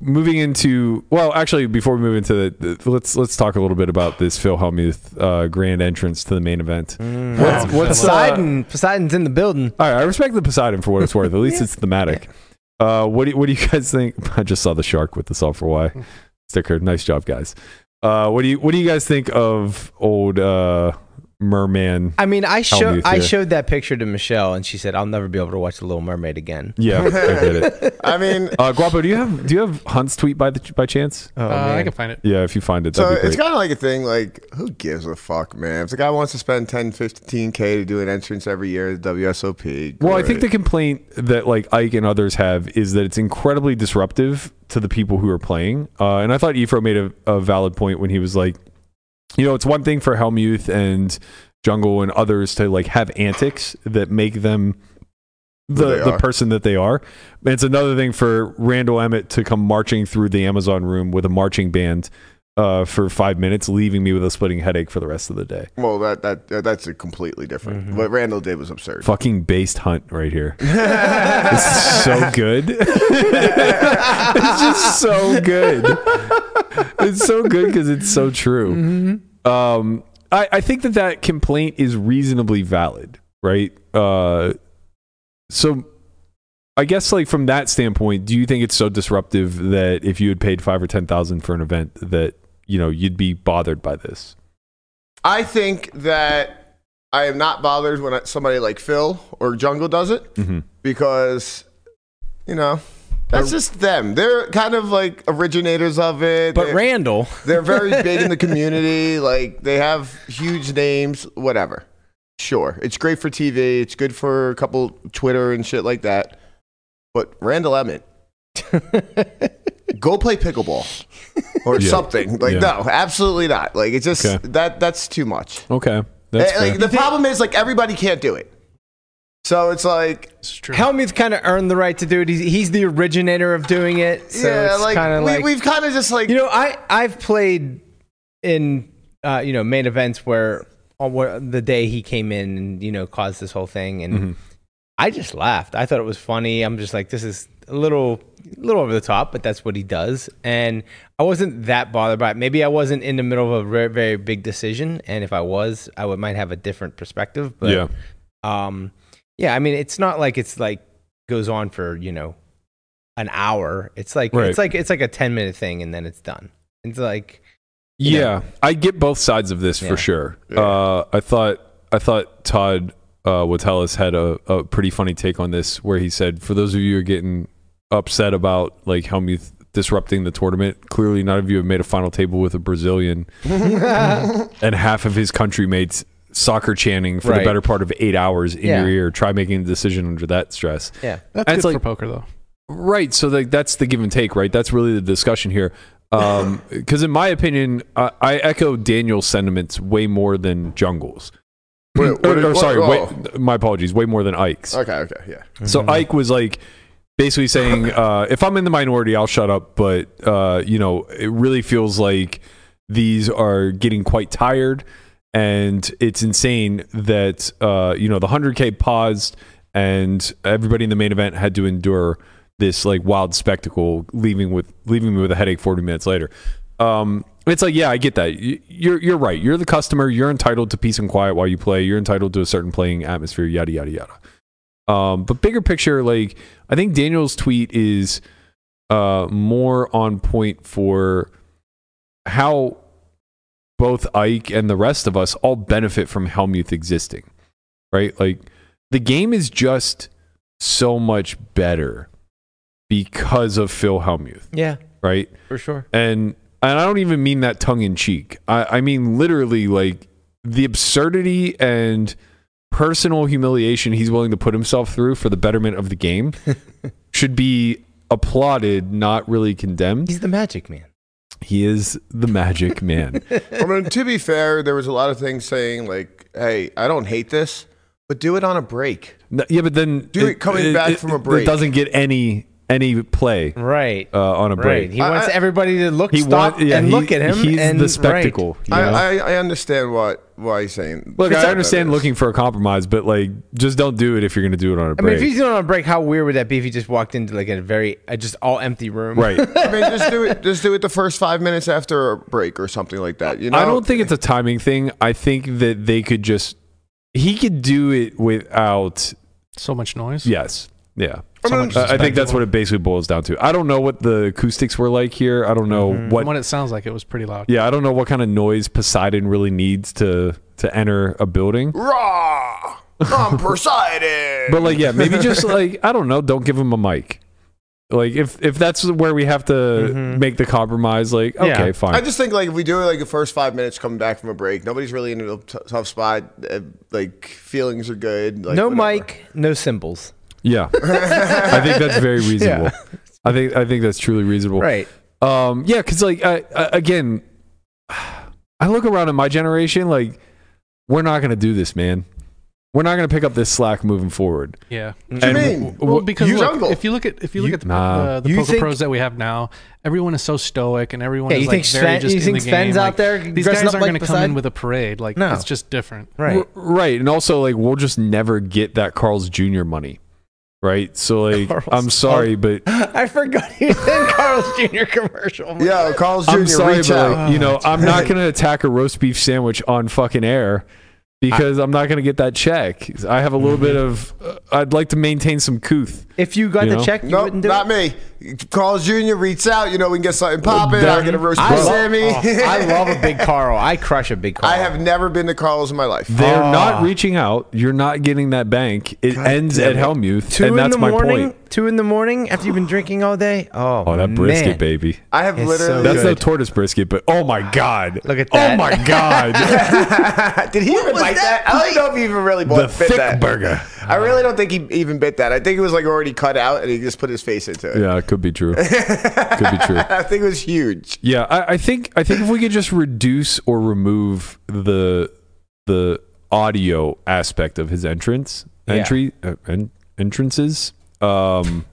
moving into well, actually, before we move into the, the- let's let's talk a little bit about this Phil Hellmuth uh, grand entrance to the main event. What's, what's uh, Poseidon. Poseidon's in the building. all right, I respect the Poseidon for what it's worth. At least it's thematic. Uh, what do you, what do you guys think? I just saw the shark with the sulfur Hmm. Y sticker. Nice job, guys. Uh, what do you what do you guys think of old uh, merman? I mean, I Hellmuth showed I here. showed that picture to Michelle, and she said, "I'll never be able to watch The Little Mermaid again." Yeah, I get it. I mean, Uh, Guapo, do you have do you have Hunt's tweet by the by chance? Oh uh, I man. can find it. Yeah, if you find it, so Oh, that'd be it's great. kind of like a thing like, who gives a fuck, man? If the guy wants to spend 10, 15K to do an entrance every year at WSOP, Well, I think the great. complaint that like Ike and others have is that it's incredibly disruptive to the people who are playing. Uh, and I thought Efro made a, a valid point when he was like, you know, it's one thing for Helmuth and Jungle and others to like have antics that make them Who the they the are. person that they are. And it's another thing for Randall Emmett to come marching through the Amazon room with a marching band uh, for five minutes, leaving me with a splitting headache for the rest of the day. Well, that, that, that that's a completely different. What Randall did was absurd. Fucking based hunt right here. This is so good. it's just so good. It's so good because it's so true. Mm-hmm. Um, I, I think that that complaint is reasonably valid, right? Uh, so I guess like from that standpoint, do you think it's so disruptive that if you had paid five or ten thousand for an event that you know you'd be bothered by this? I think that I am not bothered when I- somebody like Phil or Jungle does it. Mhm. because you know that's just them. They're kind of like originators of it. But they're, Randall, they're very big in the community. Like they have huge names. Whatever. Sure, it's great for TV. It's good for a couple Twitter and shit like that. But Randall Emmett, go play pickleball or Yeah. something. Like Yeah. no, absolutely not. Like it's just Okay. that that's too much. Okay, Eh, like, the problem is like everybody can't do it. So it's like It's true. Helmuth kind of earned the right to do it. He's, he's the originator of doing it, so yeah, it's like, kind of we, like we've kind of just like you know i i've played in uh you know main events where on where the day he came in and you know caused this whole thing and i just laughed i thought it was funny i'm just like this is a little little over the top but that's what he does and i wasn't that bothered by it maybe i wasn't in the middle of a very, very big decision and if i was i would might have a different perspective but yeah. um, yeah, I mean, it's not like it's like goes on for you know an hour. It's like Right. it's like it's like a ten minute thing, and then it's done. It's like Yeah, you I get both sides of this Yeah. for sure. Uh, I thought I thought Todd uh, Watellis had a, a pretty funny take on this, where he said, "For those of you who are getting upset about like Helmuth disrupting the tournament, clearly none of you have made a final table with a Brazilian and half of his countrymates." Soccer chanting for the Right. better part of eight hours in Yeah. your ear. Try making a decision under that stress. yeah, that's That's good for like- poker, though. Right. So like that's the give and take, right? That's really the discussion here. Um, because in my opinion, I, I echo Daniel's sentiments way more than Jungle's. Wait, what or, did- or what- sorry, oh. way, my apologies, way more than Ike's. Okay, okay, yeah. So Ike was like basically saying, uh, if I'm in the minority, I'll shut up. But uh, you know, it really feels like these are getting quite tired, and it's insane that uh, you know the 100k paused, and everybody in the main event had to endure this like wild spectacle, leaving with leaving me with a headache 40 minutes later. Um, It's like, yeah, I get that. Y- You're you're right. You're the customer. You're entitled to peace and quiet while you play. You're entitled to a certain playing atmosphere. Yada yada yada. Um, but bigger picture, like I think Daniel's tweet is uh, more on point for how both Ike and the rest of us all benefit from Helmuth existing, right? Like the game is just so much better because of Phil Helmuth, Yeah, right? for sure. and and I don't even mean that tongue in cheek. I, I mean literally like the absurdity and personal humiliation he's willing to put himself through for the betterment of the game should be applauded, not really condemned. He's the magic man. He is the magic man. I mean, to be fair, there was a lot of things saying like, "Hey, I don't hate this, but do it on a break." No, yeah, but then Do it coming back from a break. It doesn't get any any play Right. uh, on a right. break. He I- wants I- everybody to look, He stop, want- yeah, and he- look at him. He's and, the right. spectacle. you know? I, I, I understand what why he's saying. Look, Sure, I understand that is. looking for a compromise, but like, just don't do it if you're going to do it on a I mean, break. if he's doing it on a break, how weird would that be if he just walked into like a very a just all empty room? right. I mean, just do it. Just do it the first five minutes after a break or something like that. You know, I don't think it's a timing thing. I think that they could just he could do it without So much noise. yes. Yeah. So much I I think that's what it basically boils down to. I don't know what the acoustics were like here. I don't know From what what it sounds like, it was pretty loud. yeah, I don't know what kind of noise Poseidon really needs to to enter a building. raw. I'm Poseidon. But like yeah, maybe just like I don't know, don't give him a mic. Like if if that's where we have to make the compromise like okay, Yeah. fine. I just think like if we do it like the first five minutes coming back from a break, nobody's really in a t- tough spot. Uh, like feelings are good. Like, no whatever. mic, no symbols. yeah. I think that's very reasonable. I think I think that's truly reasonable. Right. Um, yeah, because like I, I, again, I look around at my generation, like we're not gonna do this, man. We're not gonna pick up this slack moving forward. Yeah. What do you And mean? w- Well, because you look, jungle. if you look at if you look Mm. You- at the, nah. uh, the You poker think- pros that we have now, everyone is so stoic and everyone Yeah, is you like think very Sven- just you in think the game. Sven's like, out there these dressing up guys aren't like going to come Poseidon? in with a parade. Like No. it's just different. Right. r- right, and also like we'll just never get that Carl's Jr. money, right? So like, Carl's- I'm sorry, but I forgot he was in Carl's Jr. commercial. Yeah, Carl's Jr. I'm sorry, reach but out. like, you know, I'm not gonna attack a roast beef sandwich on fucking air. Because I, am not going to get that check. I have a little bit of. Uh, I'd like to maintain some couth. If you got You the know? check, you No, wouldn't do not it. me. Carl's Jr. reach out. You know, we can get something popping. I That- get a roast I beef love, Sammy. oh, I love a big Carl. I crush a big Carl. I have never been to Carl's in my life. Oh, They're Ah. not reaching out. You're not getting that bank. It ends damn at it. Helmuth, two and that's in the my morning. point. Two in the morning after you've been drinking all day. Oh, Oh, that brisket, man. baby. I have It's literally. so That's no Good. tortoise brisket, but oh my god! Look at Oh that. my god! Did he even bite that? I don't know if he even really bought, the bit thick that. burger. I really don't think he even bit that. I think it was like already cut out, and he just put his face into it. Yeah, it could be true. could be true. I think it was huge. Yeah, I, I think I think if we could just reduce or remove the the audio aspect of his entrance Yeah. entry uh, en- entrances, um,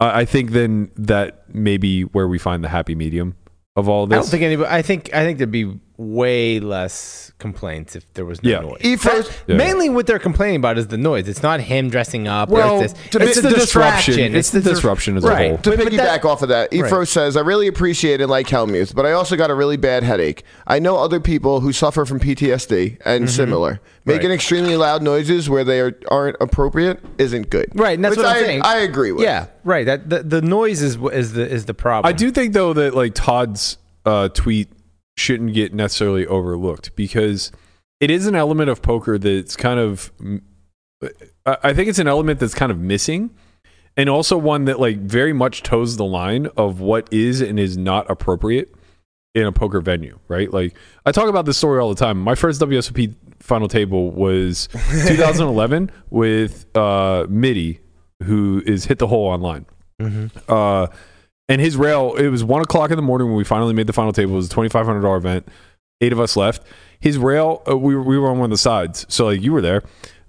I, I think then that maybe where we find the happy medium of all I this. don't think anybody. I think I think there'd be way less complaints if there was no Yeah. noise. If there's- That- Yeah. Mainly, what they're complaining about is the noise. It's not him dressing up. or Well, it's, to this. it's me- the the distraction. disruption. It's the dis- disruption as a right. whole. To But- but piggyback that- off of that, Ephro Right. says, I really appreciate and like Helmuth, but I also got a really bad headache. I know other people who suffer from PTSD and similar. Making Mm-hmm. Right. extremely loud noises where they are, aren't appropriate isn't good. Right, and that's Which what I, I'm saying. I agree with. Yeah, right. That the, the noise is wh- is the is the problem. I do think though that like Todd's uh, tweet shouldn't get necessarily overlooked because it is an element of poker that's kind of mm, I I think it's an element that's kind of missing and also one that like very much toes the line of what is and is not appropriate in a poker venue, right? Like I talk about this story all the time. My first WSOP final table was 2011 with uh MIDI who is hit the hole online. Mm-hmm. Uh and his rail, it was one o'clock in the morning when we finally made the final table. It was a twenty five hundred dollar event. Eight of us left. His rail, uh, we were- we were on one of the sides, so like you were there.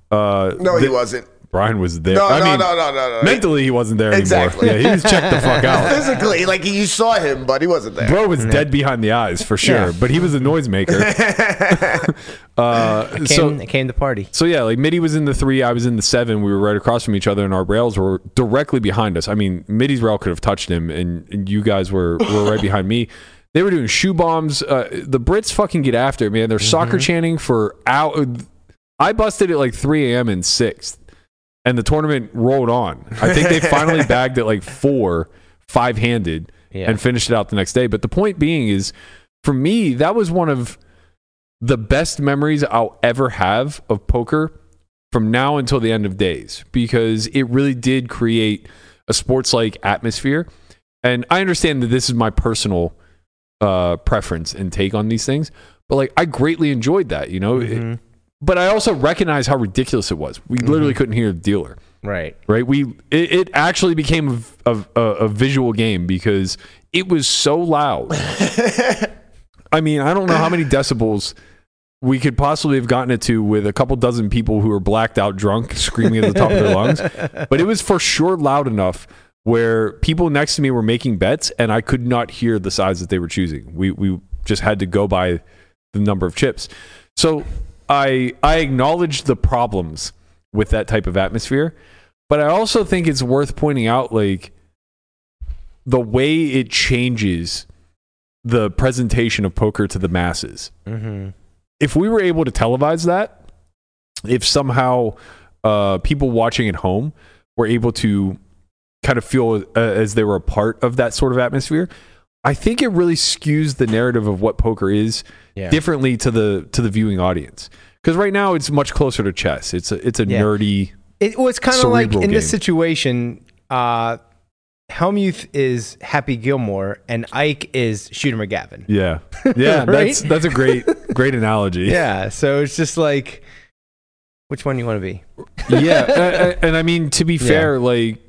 Uh, No, he the- wasn't. Brian was there. No, I no, mean, no, no, no, no. Mentally, he wasn't there Exactly. anymore. Yeah, he was checked the fuck out. Physically, like you saw him, but he wasn't there. Bro was dead behind the eyes for sure, Yeah. but he was a noisemaker. uh, Came, so it came to party. so yeah, like Mitty was in the three, I was in the seven. We were right across from each other, and our rails were directly behind us. I mean, Mitty's rail could have touched him, and, and you guys were were right behind me. They were doing shoe bombs. Uh, the Brits fucking get after it, man. They're Mm-hmm. soccer chanting for out. I busted at like 3 a.m. in sixth, and the tournament rolled on. I think they finally bagged at like four, five handed, Yeah. and finished it out the next day. But the point being is, for me, that was one of the best memories I'll ever have of poker from now until the end of days because it really did create a sports like atmosphere. And I understand that this is my personal uh, preference and take on these things, but like I greatly enjoyed that, you know. It- but I also recognize how ridiculous it was. We literally couldn't hear the dealer Right. right? We it, it actually became a, a- a, a visual game because it was so loud. I mean, I don't know how many decibels we could possibly have gotten it to with a couple dozen people who were blacked out drunk screaming at the top of their lungs, but it was for sure loud enough where people next to me were making bets and I could not hear the sides that they were choosing. We we just had to go by the number of chips. So I I acknowledge the problems with that type of atmosphere, but I also think it's worth pointing out like the way it changes the presentation of poker to the masses. Mm-hmm. If we were able to televise that, if somehow uh, people watching at home were able to kind of feel uh, as they were a part of that sort of atmosphere, I think it really skews the narrative of what poker is Yeah. differently to the to the viewing audience. Because right now it's much closer to chess. It's a, it's a Yeah. nerdy It was kind of like in Cerebral this game. situation, uh, Helmuth is Happy Gilmore and Ike is Shooter McGavin. Yeah. Yeah, that's that's a great great analogy. Yeah. So it's just like, which one you want to be? yeah, uh, uh, and I mean to be Yeah. fair, like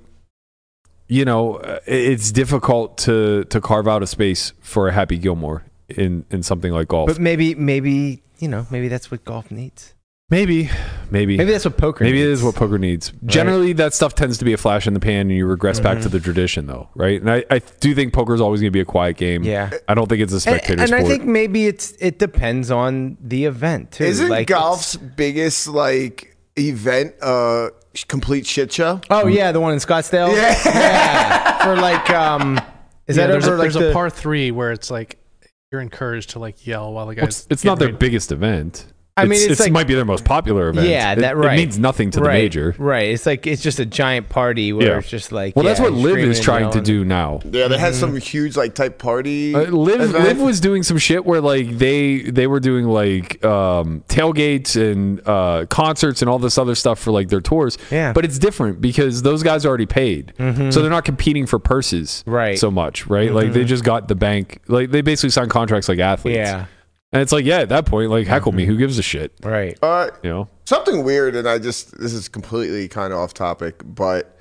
you know, uh, it's difficult to to carve out a space for a Happy Gilmore in in something like golf. But maybe, maybe you know, maybe that's what golf needs. maybe, maybe, Maybe that's what poker. Maybe needs. it is what poker needs. Generally, that stuff tends to be a flash in the pan, and you regress back to Mm-hmm. the tradition, though, right? And I, I do think poker is always going to be a quiet game. Yeah. I don't think it's a And, spectator and sport. I think maybe it's it depends on the event too. Isn't Like, golf's biggest like event uh sh- complete shit show? Oh yeah, the one in Scottsdale. Yeah. For like, um, is yeah, that there's, over a, like there's the a par three where it's like you're encouraged to like yell while the Well, guy's. it's, it's not their getting ready. biggest event. I mean, it it's like- might be their most popular event. Yeah, It- that right. It means nothing to right, the major. Right. It's like it's just a giant party where Yeah. it's just like. Well, that's yeah, what Liv screaming is and trying to yelling. do now. Yeah, they Mm-hmm. had some huge like type party. Uh, Liv, event. Liv was doing some shit where like they they were doing like um, tailgates and uh, concerts and all this other stuff for like their tours. Yeah. Mm-hmm. but it's different because those guys are already paid, so they're not competing for purses Right. Mm-hmm. so much. Right, like they just got the bank. Like they basically signed contracts like athletes. Yeah. Mm-hmm. and it's like yeah, at that point, like heckle me, who gives a shit? Right. Uh, You know, something weird, and I just this is completely kind of off topic, but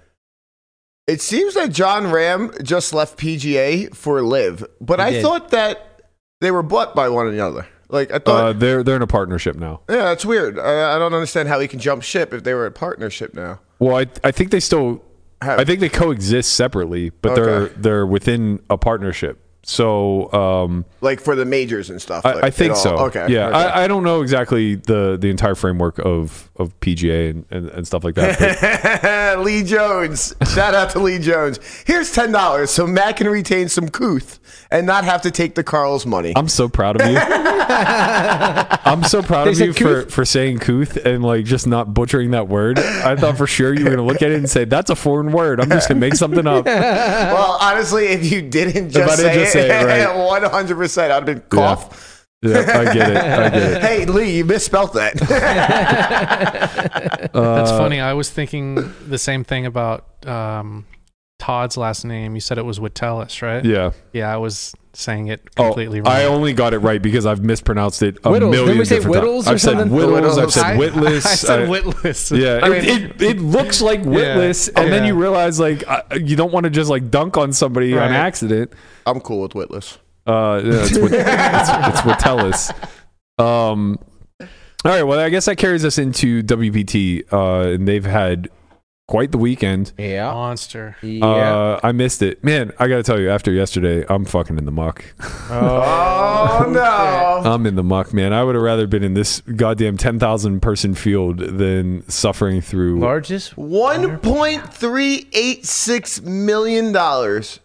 it seems that John Ram just left PGA for Live, but He I did. thought that they were bought by one another. Like I uh, thought, they're they're in a partnership now. yeah, that's weird. I, I don't understand how he can jump ship if they were a partnership now. Well, I I think they still Have- I think they coexist separately, but they're Okay. they're within a partnership. So um, like for the majors and stuff. like, I, I at think all. so. Okay, Yeah, okay. I, I don't know exactly the the entire framework of of PGA and, and, and stuff like that. but- Lee Jones. Shout out to Lee Jones. Here's ten dollars so Matt can retain some couth and not have to take the Carl's money. I'm so proud of you. I'm so proud of They said you for, for saying "couth" and like just not butchering that word. I thought for sure you were gonna look at it and say that's a foreign word. I'm just gonna make something up. well, honestly, if you didn't I just, didn't say, just it, say it, right. one hundred percent, I'd have been cough. Yeah, I get it. I get it. Hey Lee, you misspelled that. uh, That's funny. I was thinking the same thing about um, Todd's last name. You said it was Witellis, right? Yeah. Yeah, I was saying it Oh, completely wrong. I only got it right because I've mispronounced it a Whittles. Didn't million we say different Whittles or times. I've said something? Whittles. I've I- said Witless. I I- said Witless. Yeah, I it, mean, it, it looks like witless, and then Yeah. you realize like uh, you don't want to just like dunk on somebody on Right. accident. I'm cool with Witless. Uh, yeah, it's, wit- it's, it's Witellus. Um, all right, well, I guess that carries us into WPT, uh, and they've had quite the weekend. Yeah. monster. Yeah. Uh, I missed it, man. I gotta tell you, after yesterday, I'm fucking in the muck. Oh no! I'm in the muck, man. I would have rather been in this goddamn ten thousand person field than suffering through Largest. One point three eight six million dollars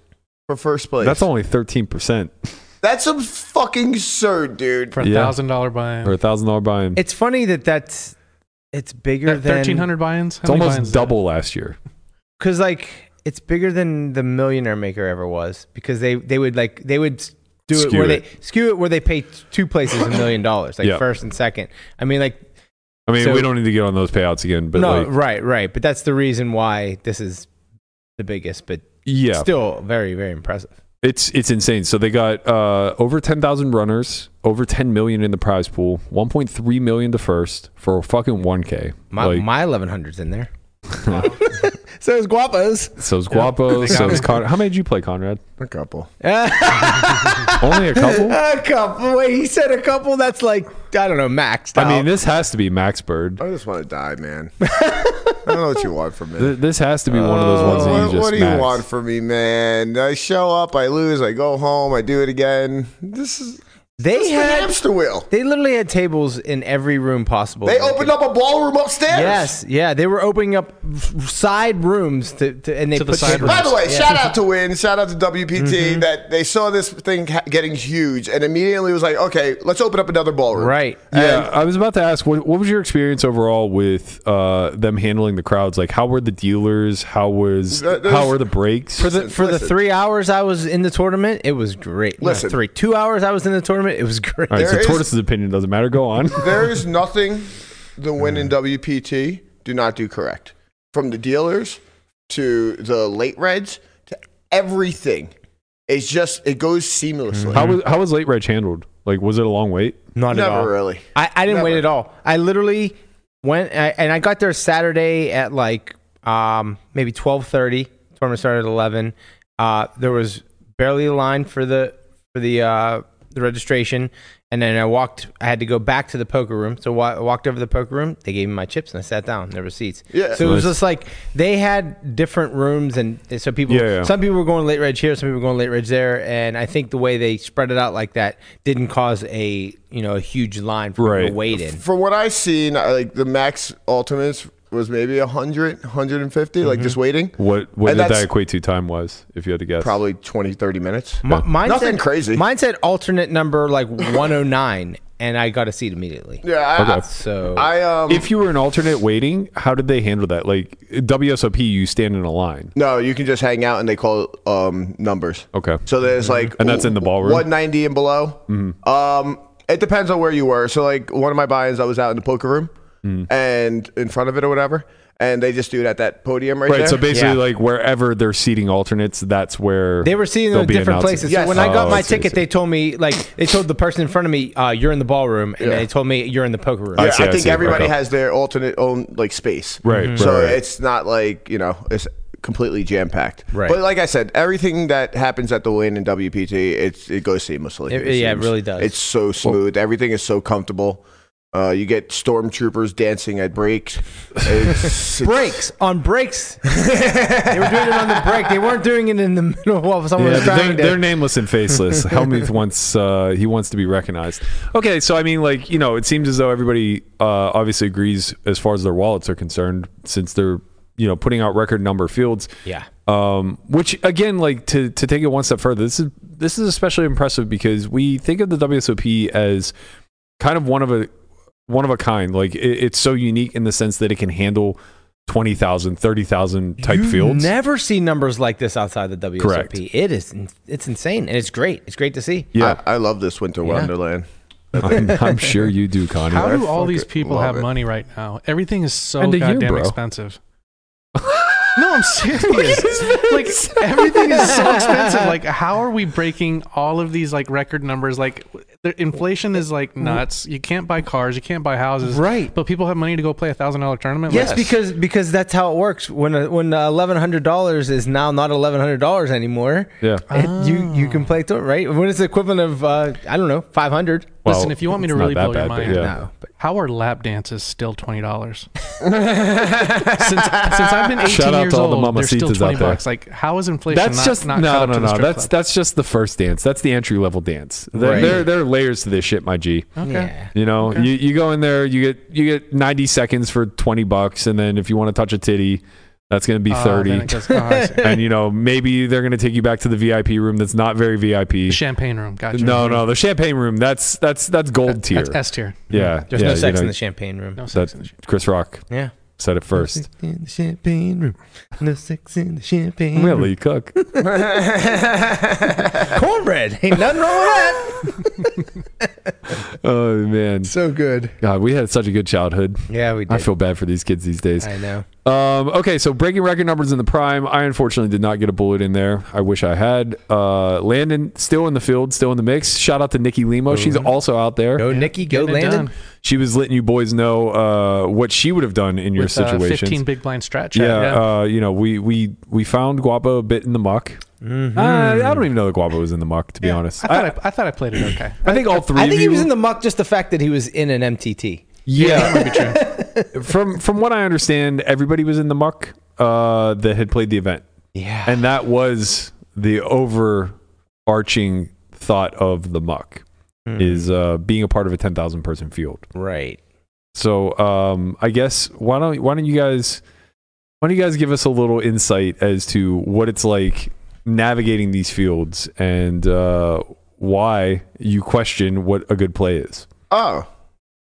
for first place. That's only 13%. That's some fucking absurd, dude. for a Yeah. thousand dollar buy-in. or a thousand dollar buy-in. It's funny that that's it's bigger than Thirteen hundred buy-ins. How It's many almost buy-ins is that? double last year. because like it's bigger than the millionaire maker ever was because they they would like they would s- do Skew it where it. they skew it where they pay t- two places a million dollars like Yeah. first and second. I mean like I mean, So- we don't need to get on those payouts again, but no like, right right but that's the reason why this is the biggest but yeah, still very very impressive. it's it's insane. So they got uh, over ten thousand runners, over ten million in the prize pool, one point three million to first for fucking one k. My like, my eleven hundreds in there. so is Guapo's. so it's Guapo, so it's Conrad. How many did you play, Conrad? A couple. Only a couple. A couple. Wait, he said a couple. That's like I don't know, maxed. I mean, out. this has to be Max Bird. I just want to die, man. I don't know what you want from me. Th- This has to be one of those ones that you Uh, what, just what do maxed. you want from me, man? I show up, I lose, I go home, I do it again. This is they this is the had hamster wheel. they literally had tables in every room possible. They Like, opened up a ballroom upstairs. Yes, yeah, they were opening up f- side rooms to, to and they To the put side tables- rooms. By the way, shout out to Win, shout out to WPT Mm-hmm. that they saw this thing ha- getting huge and immediately was like, okay, let's open up another ballroom. Right. Yeah, I was about to ask what, what was your experience overall with uh, them handling the crowds? Like, how were the dealers? How was Th- there's- how were the breaks? For the, for the Listen. three hours I was in the tournament, it was great. Not Listen. three two hours I was in the tournament, it was great. All right, so there is- tortoise's opinion doesn't matter. Go on. There is nothing the Win Mm-hmm. and WPT do not do correct. From the dealers to the late reds to everything. It's just, it goes Mm-hmm. seamlessly. how was how was late reg handled? Like, was it a long wait? Not at all. Never really. I, I didn't wait Never. at all. I literally went I, and I got there Saturday at like um, maybe twelve thirty. Tournament started at eleven. Uh, there was barely a line for the for the uh, the registration, and then I walked. I had to go back to the poker room, so wa- I walked over to the poker room. They gave me my chips, and I sat down. There were seats. Yeah. So it was Nice. just like they had different rooms, and and so people. Yeah, yeah. Some people were going late reg here, some people were going late reg there, and I think the way they spread it out like that didn't cause a you know a huge line for people Right. to wait in. From what I've seen, I- like the max ultimates was maybe 100, 150, Mm-hmm. like just waiting. What what And did that's- that equate to time wise? If you had to guess, Probably 20, 30 minutes. Mi- mine Nothing said- crazy. Mine said alternate number like 109, and I got a seat immediately. Yeah. I, Okay. So I, I, um, If you were an alternate waiting, how did they handle that? Like WSOP, you stand in a line. no, you can just hang out and they call um, numbers. Okay. So there's like, And that's in the ballroom? Mm-hmm. 190 and below. Um, it depends on where you were. So like one of my buy-ins, I was out in the poker room Mm. and in front of it or whatever, and they just do it at that podium right, Right, there. so basically, Yeah. like wherever they're seating alternates, that's where they were seeing them they'll in be different announcing. places. Yes. So when I got Oh, I my see, I ticket, see. they told me like they told the person in front of me, uh, "You're in the ballroom," and Yeah. they told me, "You're in the poker room." yeah, I see, I, I think see. everybody Okay. has their alternate own like space. Right, Mhm. So right, right. it's not like, you know, it's completely jam packed. Right. But like I said, everything that happens at the win in WPT, it's it goes seamlessly. It- yeah, it seems- really does. It's so smooth. everything is so comfortable. Uh, you get stormtroopers dancing at breaks. It's, breaks on breaks. they were doing it on the break. They weren't doing it in the middle while someone Yeah, was but trying they're, to. they're nameless and faceless. Helmuth wants uh, he wants to be recognized. Okay, so I mean, like you know, it seems as though everybody uh, obviously agrees as far as their wallets are concerned, since they're you know putting out record number of fields. yeah. Um, which again, like to to take it one step further, this is this is especially impressive because we think of the WSOP as kind of one of a one of a kind. Like it, it's so unique in the sense that it can handle 20,000, 30,000 type you fields. Never see numbers like this outside the WSOP. Correct. It is in- it's insane and it's great. It's great to see. yeah, I, I love this winter wonderland. I'm, I'm sure you do, Connie. How I do all fucking these people love have it. money right now? Everything is so And a year, goddamn bro. expensive. no, I'm serious. like everything is so expensive. Like how are we breaking all of these like record numbers? Like the inflation is like nuts. You can't buy cars. You can't buy houses. Right. But people have money to go play a thousand dollar tournament. Yes, Like, because because that's how it works. When uh, when eleven hundred dollars is now not eleven hundred dollars anymore, Yeah. it- you you can play to it right when it's the equivalent of uh, I don't know five hundred. Listen, if you want me to it's not really that blow your bad, but mind, yeah. No, but how are lap dances still twenty dollars? since since I've been eighteen Shout out years to all the old, they're mamacitas still out twenty there. bucks. Like how is inflation? That's not, just not caught up no, no, to the no. strip That's club? that's just the first dance. That's the entry level dance. There, Right. there, there are layers to this shit, my G. yeah, You know, you, you go in there, you get you get ninety seconds for twenty bucks, and then if you want to touch a titty, That's going to be Oh, then 30. it goes- oh, I see. and you know, maybe they're going to take you back to the VIP room that's not very VIP. Champagne room. Gotcha. No, no, the champagne room. That's that's that's gold tier. That's S tier. yeah. There's yeah, no you sex know, in the champagne room. No that- sex in the shit. Chris Rock Yeah. said it first. In the champagne room. No sex in the champagne room. Really, Cook. Cornbread. Ain't nothing wrong with that. Oh man, so good. God, we had such a good childhood. Yeah, we did. I feel bad for these kids these days. I know. Um, okay, so breaking record numbers in the prime. I unfortunately did not get a bullet in there. I wish I had. Uh, Landon still in the field, still in the mix. Shout out to Nikki Limo. She's also out there. Go, Nikki. Go, Getting it Landon. done She was letting you boys know uh, what she would have done in your with, uh, situation. 15 big blind strat. Chat. yeah, Uh, you know, we we we found Guapo a bit in the muck. Mm-hmm. Hmm. Uh, I don't even know that Guapo was in the muck, to be honest. I I, thought I, I, thought I played it okay. I think all three. I of think he you- was in the muck just the fact that he was in an MTT. Yeah, Might be true. from from what I understand, everybody was in the muck uh, that had played the event, Yeah. and that was the overarching thought of the muck Mm-hmm. is uh, being a part of a ten thousand person field. Hmm. right. So um, I guess why don't why don't you guys why don't you guys give us a little insight as to what it's like navigating these fields and uh, why you question what a good play is. Oh,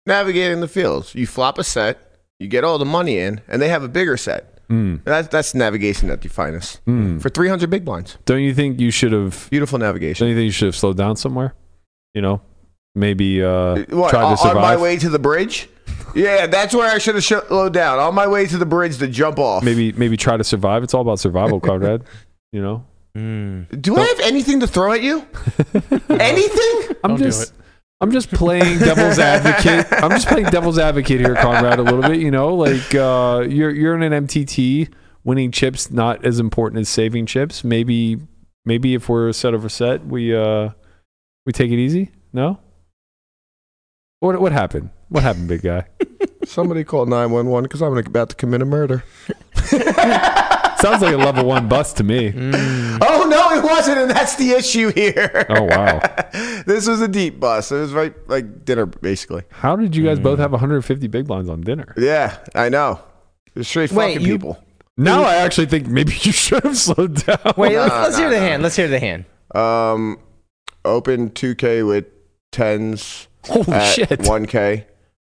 navigating the fields. You flop a set, you get all the money in, and they have a bigger set. Mm, That's that's navigation at the finest mm. for 300 big blinds. Don't you think you should have Beautiful navigation. Anything you should have slowed down somewhere? You know, maybe uh, What, try on to survive. on my way to the bridge? Yeah, that's where I should have slowed down. On my way to the bridge to jump off. Maybe maybe try to survive. It's all about survival, Conrad. you know, Do I have anything to throw at you? anything? I'm Don't do it. just I'm just playing devil's advocate. I'm just playing devil's advocate here, Conrad, a little bit. You know, like uh, you're you're in an MTT, winning chips not as important as saving chips. Maybe maybe if we're set over set, we uh, we take it easy. No. What what happened? What happened, big guy? Somebody call 911 because I'm about to commit a murder. Sounds like a level one bust to me. Oh, no, it wasn't, and that's the issue here. Oh wow. this was a deep bus. It was right like dinner, basically. How did you guys both have 150 big blinds on dinner? Yeah, I know. They're straight Wait, fucking you- people. Now I actually think maybe you should have slowed down. Wait, let's, no, let's no, hear the no. hand. Let's hear the hand. Um, open 2K with 10s Oh, Holy at shit. 1K.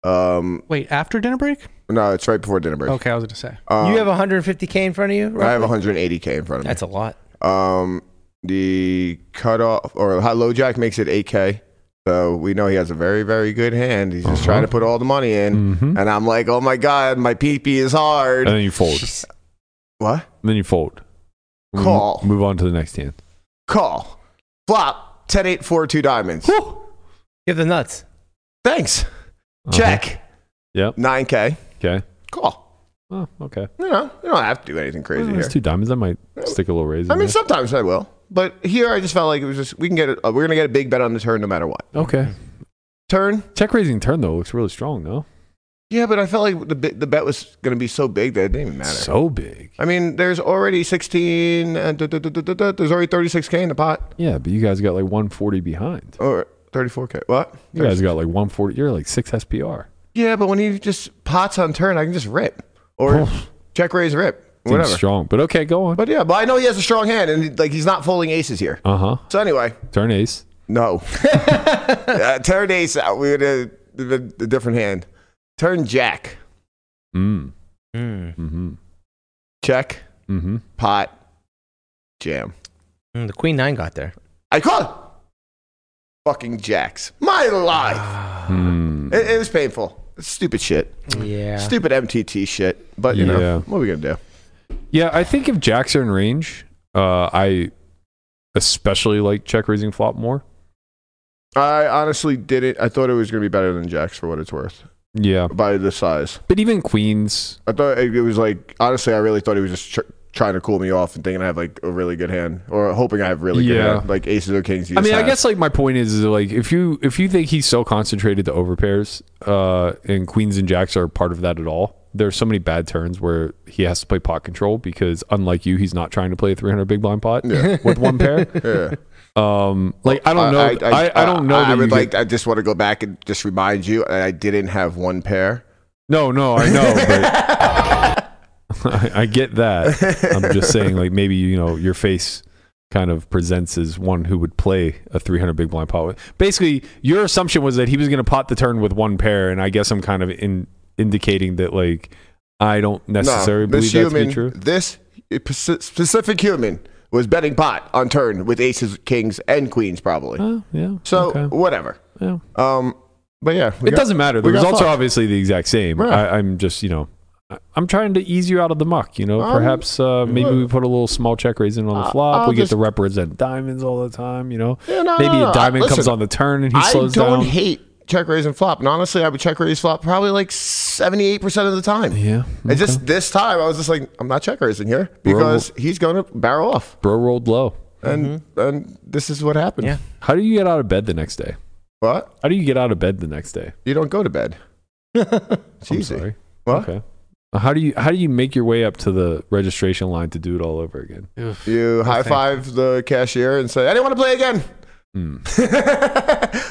Um, Wait, after dinner break? no, it's right before dinner break. Okay, I was gonna say. Um, Oh, you have 150K in front of you? I have roughly? 180K in front of me. That's a lot. Um, the cutoff or high low jack makes it 8K. So we know he has a very, very good hand. He's just trying to put all the money in. Mhm. And I'm like, oh my God, my pee is hard. And then you fold. Jeez. what? then you fold. We Call. mo- Move on to the next hand. Call. Flop. 10 8 4 2 diamonds. You have the nuts. Thanks. Check. Uh-huh. Yep. 9K. Okay. Call. Oh, okay. You know, you don't have to do anything crazy Well, here. that's two diamonds. I might stick a little raise. I in mean, there. sometimes I will. But here I just felt like it was just, we can get, a, we're going to get a big bet on the turn no matter what. okay. Turn. Check raising turn though looks really strong though. Yeah, but I felt like the, bi- the bet was going to be so big that it didn't even matter. So big. I mean, there's already 16. Uh, duh, duh, duh, duh, duh, duh, there's already 36k in the pot, Yeah, but you guys got like 140 behind. or 34k. What? You guys got like 140. You're like six SPR. Yeah, but when he just pots on turn, I can just rip or check raise rip, Seems whatever. strong. But okay, go on. But yeah, but I know he has a strong hand, and like he's not folding aces here. Uh huh. So anyway, Turn ace. no. uh, turn ace out. We would have a different hand. Turn jack. Mm. Hmm. Mm. Mm-hmm. Check Mm-hmm. pot jam. Mm, the queen nine got there. I call it. Fucking jacks. My life. Mm. It, it was painful. Stupid shit. Yeah. Stupid MTT shit. But you Yeah. know, what are we gonna do? Yeah, I think if jacks are in range, uh, I especially like check raising flop more. I honestly didn't. I thought it was gonna be better than Jacks for what it's worth Yeah, by the size. but even queens. I thought it it was like honestly, I really thought he was just tr- trying to cool me off and thinking I have like a really good hand or hoping I have really good Yeah. hand, like aces or kings. he I just mean, I has. guess like my point is, is like if you if you think he's so concentrated to overpairs, uh, and queens and jacks are part of that at all. There's so many bad turns where he has to play pot control because unlike you, he's not trying to play a 300 big blind pot Yeah. with one pair. Yeah. Um, like I don't know. I, I, don't know. I, that would you like. could- I just want to go back and just remind you. I didn't have one pair. No, no, I know. But I, I get that. I'm just saying, like maybe you know your face kind of presents as one who would play a 300 big blind pot. with- Basically, your assumption was that he was going to pot the turn with one pair, and I guess I'm kind of in indicating that like I don't necessarily this believe that to human, be true. This p- specific human was betting pot on turn with aces, kings, and queens, probably. Oh, yeah. so okay. whatever. Yeah. Um, but yeah, it doesn't matter. The we got results are fucked. obviously the exact same. Right. I, I'm just you know. I- I'm trying to ease you out of the muck, you know. Um, Perhaps uh, maybe we put a little small check raise in on the I- flop. I'll we get just- to represent diamonds all the time, you know. Yeah, no, maybe no, no. a I- diamond comes listen, on the turn and he I don't slows down. hate check raise and flop, and honestly, I would check raise flop probably like seventy eight percent of the time. yeah, And just this time, I was just like, I'm not check raising here because he's going to barrel off, bro rolled low. and and this is what happened. Yeah. How do you get out of bed the next day? But How do you get out of bed the next day? you don't go to bed. It's I'm easy. sorry. What? Okay. Uh, How do you how do you make your way up to the registration line to do it all over again? Oof. You high thank five the cashier and say, I didn't want to play again. Hmm.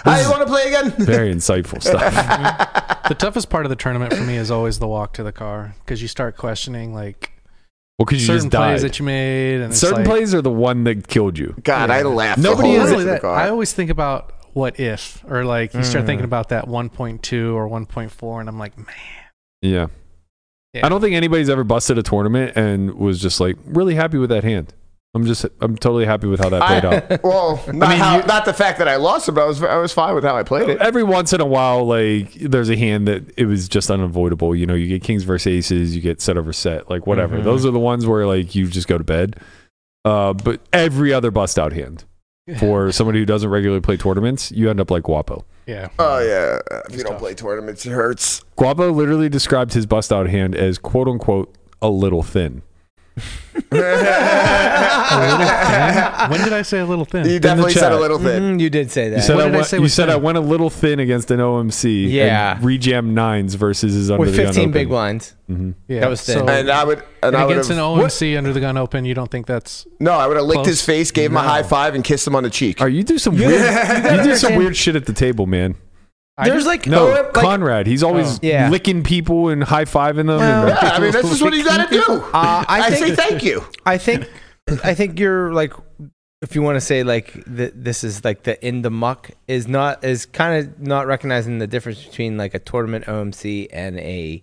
I didn't want to play again. Very insightful stuff. the toughest part of the tournament for me is always the walk to the car because you start questioning like Well, because you certain just died. plays that you made and it's certain like, plays are the one that killed you. God, I laughed. Nobody the Not whole way to only is- the Oh, that, car. I always think about what if or like you start Mm. thinking about that 1.2 or 1.4 and I'm like, man, Yeah. Yeah. I don't think anybody's ever busted a tournament and was just like really happy with that hand. I'm just I'm totally happy with how that played out. well, not, mean, how, you- not the fact that I lost it, but I was I was fine with how I played it. Every once in a while, like there's a hand that it was just unavoidable. You know, you get kings versus aces, you get set over set, like whatever. Mhm. Those are the ones where like you just go to bed. Uh, but every other bust out hand for somebody who doesn't regularly play tournaments, you end up like Guapo. yeah. Oh yeah, if you It's don't tough. play tournaments, it hurts. Guapo literally described his bust out hand as quote unquote a little thin. A little thin? When did I say a little thin? You definitely said a chat. little thin. Mhm, you did say that. You said, What I, did I went, say you was said I thin? went a little thin against an OMC. Yeah. And rejam nines versus his under With the 15 unopened. big blinds. Mhm. yeah. that was thin. uh, And I would and and I would against an have, OMC under the gun open, you don't think that's no, I would have licked Close. his face, gave him a high five, and kissed him on the cheek. Are you do some weird? you do some weird shit at the table, man. There's like, No, oh, like- Conrad. He's always Oh. Yeah. licking people and high fiving them. Well- and, yeah, I mean, that's just what you got to do. Uh, I I, think- say thank you. I think, I think you're like, if you want to say like th- this is like the in the muck is not is kind of not recognizing the difference between like a tournament OMC and a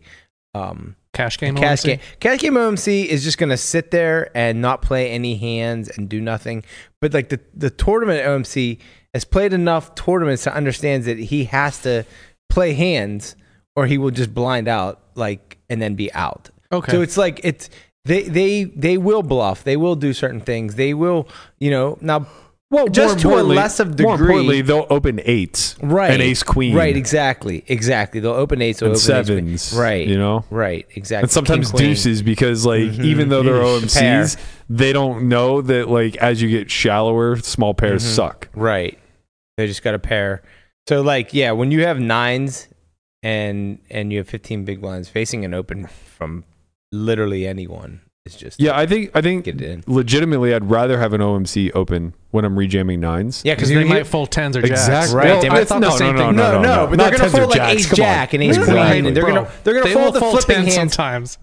um cash game? cash OMC? game. Cash game OMC is just gonna sit there and not play any hands and do nothing. But like the the tournament OMC has played enough tournaments to understand that he has to play hands or he will just blind out like and then be out. Okay. So it's like it's they they they will bluff. They will do certain things. They will you know now. well, Just more to a importantly- less of More degree- importantly, they'll open eights, Right. and ace queen, Right. Exactly. Exactly. They'll open eights. They'll and open eights, but- sevens, right. You know, Right. Exactly. and sometimes King, queen. Mm-hmm. deuces because like even though they're Pair. OMCs, they don't know that like as you get shallower, small pairs Mm-hmm. suck. Right. They just got a pair. So like yeah, when you have nines and and you have 15 big blinds facing an open from literally anyone is just Yeah, I think I think Get it in. legitimately, I'd rather have an OMC open when I'm rejamming nines. Yeah, Because you they hear- might fold tens or jacks. Exactly. Right. Well, Damn, I it's- thought no, the same no, thing. no, No, no, but Not they're gonna tens or fold like jacks, ace come on. jack and ace Exactly. queen, and they're Bro, gonna they're gonna they fold will the flipping tens hands. Mm. sometimes.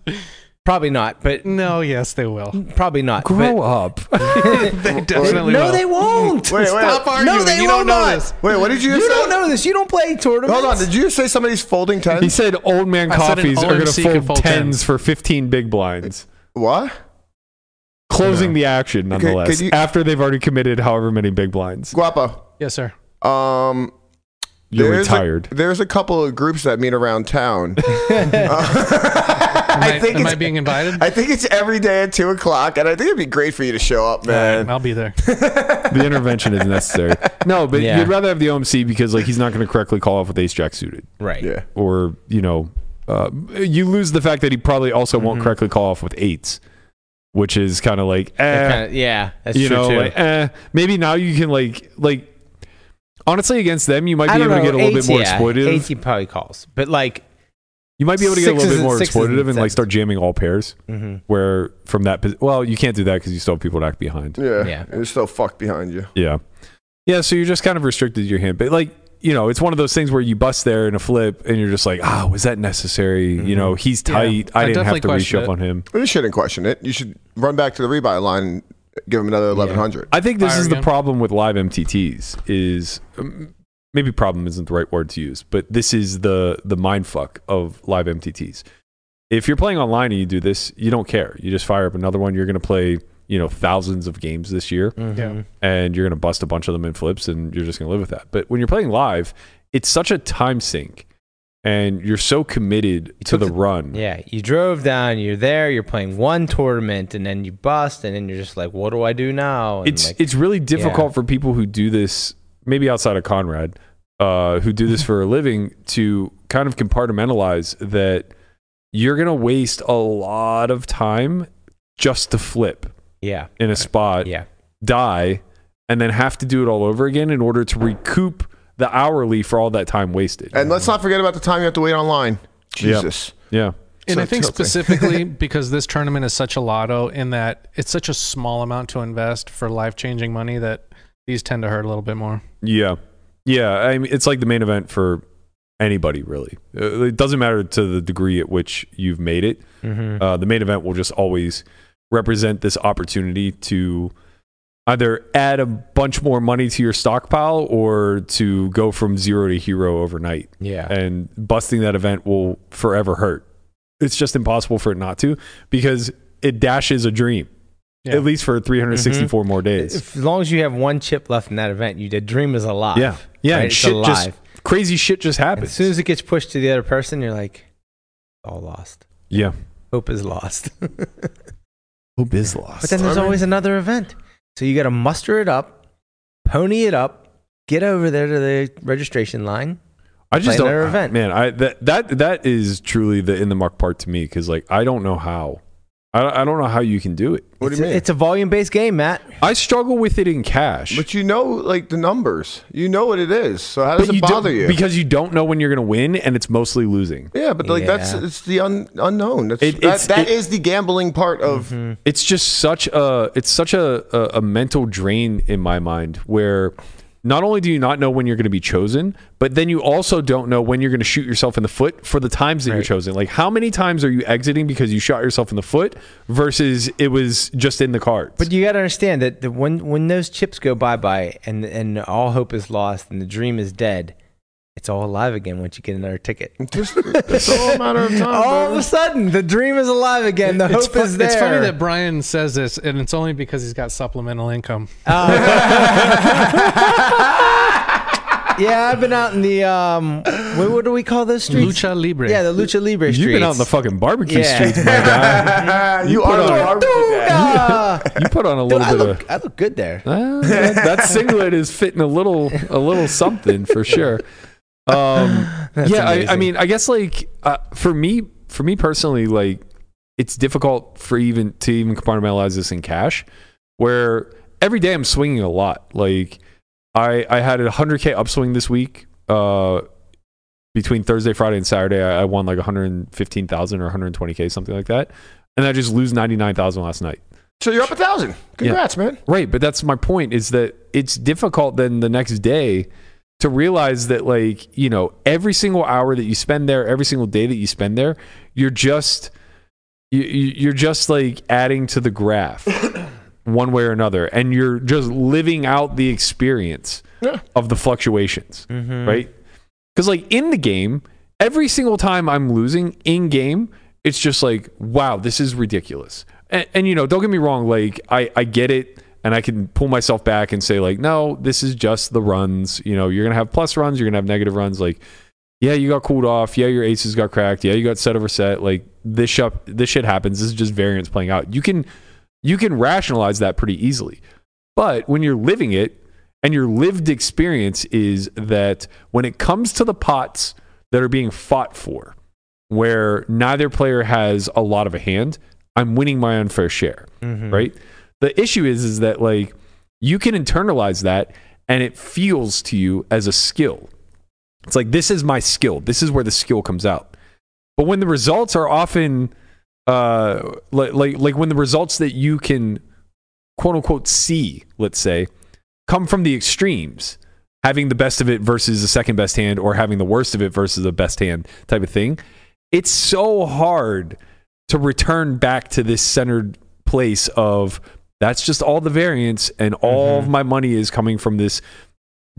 Probably not, but No, yes, they will. probably not. but- Grow up. They definitely no, will. they won't. Wait, wait. Stop arguing. No, they you will don't know not. this. Wait, what did you? You just say? don't know this. You don't play tournaments. Hold on, did you say somebody's folding he tens? said old man I said an coffees are going OMC to can fold, fold tens tens. for 15 big blinds. What? Closing the action, nonetheless, could you- after they've already committed however many big blinds. Guapo. Yes, sir. Um, You're there's a- retired. there's a couple of groups that meet around town. Am I I, think am it's- I being invited? I think it's every day at two o'clock, and I think it'd be great for you to show up, man. I'll be there. the intervention is necessary. No, but Yeah. you'd rather have the OMC because like he's not going to correctly call off with ace jack suited. Right. Yeah. or you know, uh, you lose the fact that he probably also won't correctly call off with eights, which is kind of like, eh, That kinda- yeah. That's you true know, too. like, eh, maybe now you can like, like, honestly, against them, you might I be don't able to know, get a little eights, bit more yeah, exploitative. Eights he probably calls, but like you might be able to get a little sixes bit and- more sixes and exploitative and like sevens. start jamming all pairs. Where from that, posi- well, you can't do that because you still have people to act behind. Yeah. Yeah. It's so fucked behind you. Yeah. Yeah, so you're just kind of restricted to your hand. But like you know, it's one of those things where you bust there in a flip, and you're just like, ah, was that necessary? Mm-hmm. You know, he's tight. I, I didn't have definitely to questioned reshove it. on him. You shouldn't question it. You should run back to the rebuy line and give him another 1100. I think this Fire is the again. problem with live MTTs is um, maybe problem isn't the right word to use, but this is the the mind fuck of live MTTs. If you're playing online and you do this, you don't care. You just fire up another one. You're going to play, you know, thousands of games this year, Yeah. and you're going to bust a bunch of them in flips, and you're just going to live with that. But when you're playing live, it's such a time sink, and you're so committed to took the, the- run. Yeah, you drove down, you're there, you're playing one tournament, and then you bust, and then you're just like, what do I do now? And it's like, it's really difficult for people who do this maybe outside of conrad uh, who do this for a living to kind of compartmentalize that you're going to waste a lot of time just to flip yeah, in a spot Uh, yeah, die and then have to do it all over again in order to recoup the hourly for all that time wasted And let's not forget about the time you have to wait online. Jesus. yeah And So I think tilting. specifically because this tournament is such a lotto in that it's such a small amount to invest for life changing money that these tend to hurt a little bit more. Yeah, yeah. I mean, it's like the main event for anybody, really. Uh, It doesn't matter to the degree at which you've made it. Mm-hmm. Uh, the main event will just always represent this opportunity to either add a bunch more money to your stockpile or to go from zero to hero overnight. yeah. And busting that event will forever hurt. It's just impossible for it not to because it dashes a dream. Yeah. At least for 364 more days. Mm-hmm. If- as long as you have one chip left in that event, you the dream is alive. Yeah, yeah. right? and It's shit alive. just crazy shit just And happens. as soon as it gets pushed to the other person, you're like, all lost. yeah, Hope is lost. but hope is lost. then there's always another event, so you got to muster it up, pony it up, get over there to the registration line. I plan just don't. their event. Man, I that that that is truly the in the muck part to me because like I don't know how. I, I don't know how you can do it. What it's do you a, mean? It's a volume-based game, Matt. I struggle with it in cash. But you know, like the numbers. You know what it is. So how does But it don't- bother you? because you don't know when you're going to win, and it's mostly losing. yeah, but like that's Yeah. it's the un, unknown. That's, It- that it's- that it- Mm-hmm. is the gambling part of. It's just such a it's such a, a a mental drain in my mind where not only do you not know when you're going to be chosen, but then you also don't know when you're going to shoot yourself in the foot for the times that you're chosen. Like how many times are you exiting because you shot yourself in the foot versus it was just in the cards? But you got to understand that the, when when those chips go bye bye and and all hope is lost and the dream is dead, it's all alive again once you get another ticket. Just, it's all a matter of time. All of brother. a sudden, the dream is alive again. The it's, hope fu- is there. it's funny that Brian says this, and it's only because he's got supplemental income. Um, yeah, I've been out in the um, what, what do we call those streets? Lucha Libre. Yeah, the lucha libre streets. You've been out in the fucking barbecue Yeah. streets, my guy. Ah, you put are the on- barbecue dad. Ah, You put on a dude, little I bit look of I look good there. Ah, that, that singlet is fitting a little a little something for sure. Um, yeah, I, I amazing. mean, I guess like uh, for me, for me personally, like it's difficult for even to even compartmentalize this in cash, where every day I'm swinging a lot. Like I I had a hundred k upswing this week. Uh, between Thursday, Friday, and Saturday, I, I won like one hundred fifteen thousand or one hundred twenty k, something like that. And I just lose ninety nine thousand last night. So you're up a thousand. Congrats, man. Right, but that's my point is that it's difficult then the next day to realize that like, you know, every single hour that you spend there, every single day that you spend there, you're just you, you- you're just like adding to the graph one way or another and you're just living out the experience Yeah. of the fluctuations, right? Cuz like in the game, every single time I'm losing in game, it's just like, wow, this is ridiculous. And, and you know, don't get me wrong, like I, I get it and I can pull myself back and say, like, no, this is just the runs. You know, you're gonna have plus runs, you're gonna have negative runs, like yeah, you got cooled off. Yeah, your aces got cracked. Yeah, you got set over set. Like this shit, this shit happens. This is just variance playing out. You can, you can rationalize that pretty easily. But when you're living it, and your lived experience is that when it comes to the pots that are being fought for, where neither player has a lot of a hand, I'm winning my unfair share. Right. The issue is, is that like you can internalize that, and it feels to you as a skill. It's like this is my skill. This is where the skill comes out. But when the results are often uh like like, like when the results that you can quote unquote see, let's say, come from the extremes, having the best of it versus the second best hand or having the worst of it versus the best hand type of thing. It's so hard to return back to this centered place of that's just all the variance and all of my money is coming from this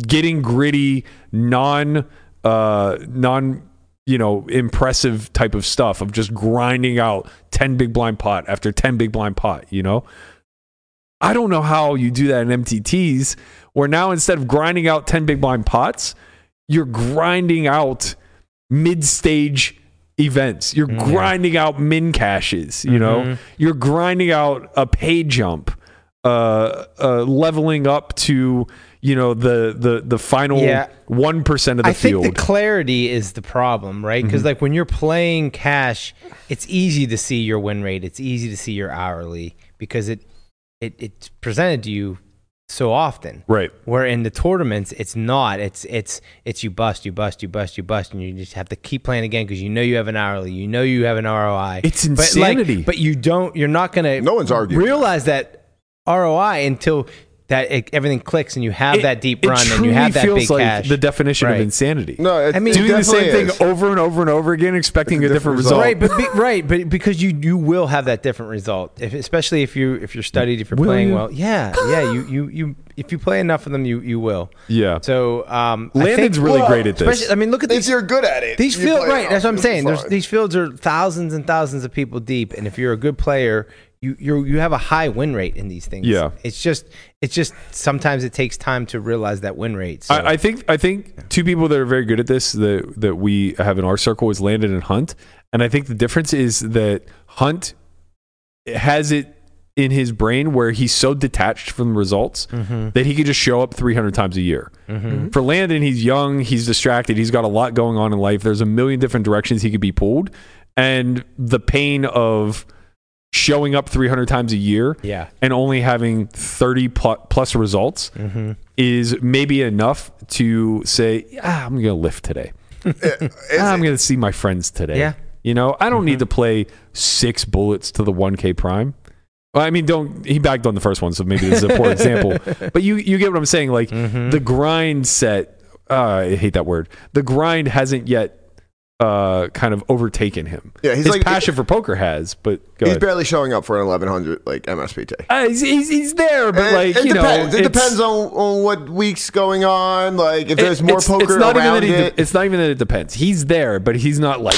getting gritty non uh non you know impressive type of stuff of just grinding out 10 big blind pot after 10 big blind pot you know i don't know how you do that in mtts where now instead of grinding out 10 big blind pots you're grinding out mid-stage events you're Mm, grinding out min caches you Mm-hmm. know you're grinding out a pay jump uh, uh leveling up to you know the the the final Yeah. one percent of the I field Mm-hmm. think the clarity is the problem, right? Because like when you're playing cash, it's easy to see your win rate. It's easy to see your hourly because it it it's presented to you so often. Right. Where in the tournaments, it's not. It's it's it's you bust, you bust, you bust, you bust, and you just have to keep playing again because you know you have an hourly, you know you have an ROI. It's But, like, insanity. but you don't. You're not gonna. No one's arguing that. Realize that ROI until. That it, everything clicks and you have It- that deep it run and you truly have that feels big like cash. The definition Right. of insanity. No, it, I mean- it doing the same definitely thing is. over and over and over again, expecting a It's a different different result. right but be, right but because you you will have that different result if, especially if you if you're studied if you're Will playing you? well yeah yeah you you you if you play enough of them you you will Yeah. so um I think- Landon's really Well, great at this. especially- i mean look at If these you're good at it, these you fields play right it that's what i'm off. saying There's, Fine. these fields are thousands and thousands of people deep and if you're a good player you you you have a high win rate in these things Yeah. it's just it's just sometimes it takes time to realize that win rate so. I, I think I think two people that are very good at this that that we have in our circle is Landon and Hunt, and I think the difference is that Hunt has it in his brain where he's so detached from the results that he could just show up 300 times a year. For Landon, he's young, he's distracted, he's got a lot going on in life. There's a million different directions he could be pulled, and the pain of showing up 300 times a year Yeah. and only having 30 pl- plus results is maybe enough to say, ah, I'm going to lift today. Ah, I'm going to see my friends today. Yeah. You know, I don't Mm-hmm. need to play six bullets to the 1K prime. Well, I mean, don't he bagged on the first one, so maybe this is a poor example. But you you get what I'm saying. Like Mm-hmm. the grind set, uh, I hate that word. The grind hasn't yet uh, kind of overtaken him. Yeah, he's his like- passion for poker has, but go He's ahead. barely showing up for an 1100 like MSPT. Uh, he's, he's, he's there, but It- like it you depends. know, it it's- depends on, on what week's going on. Like if it- there's more it's- poker it's not even around that he de- it. it's not even that it depends. He's there, but he's not like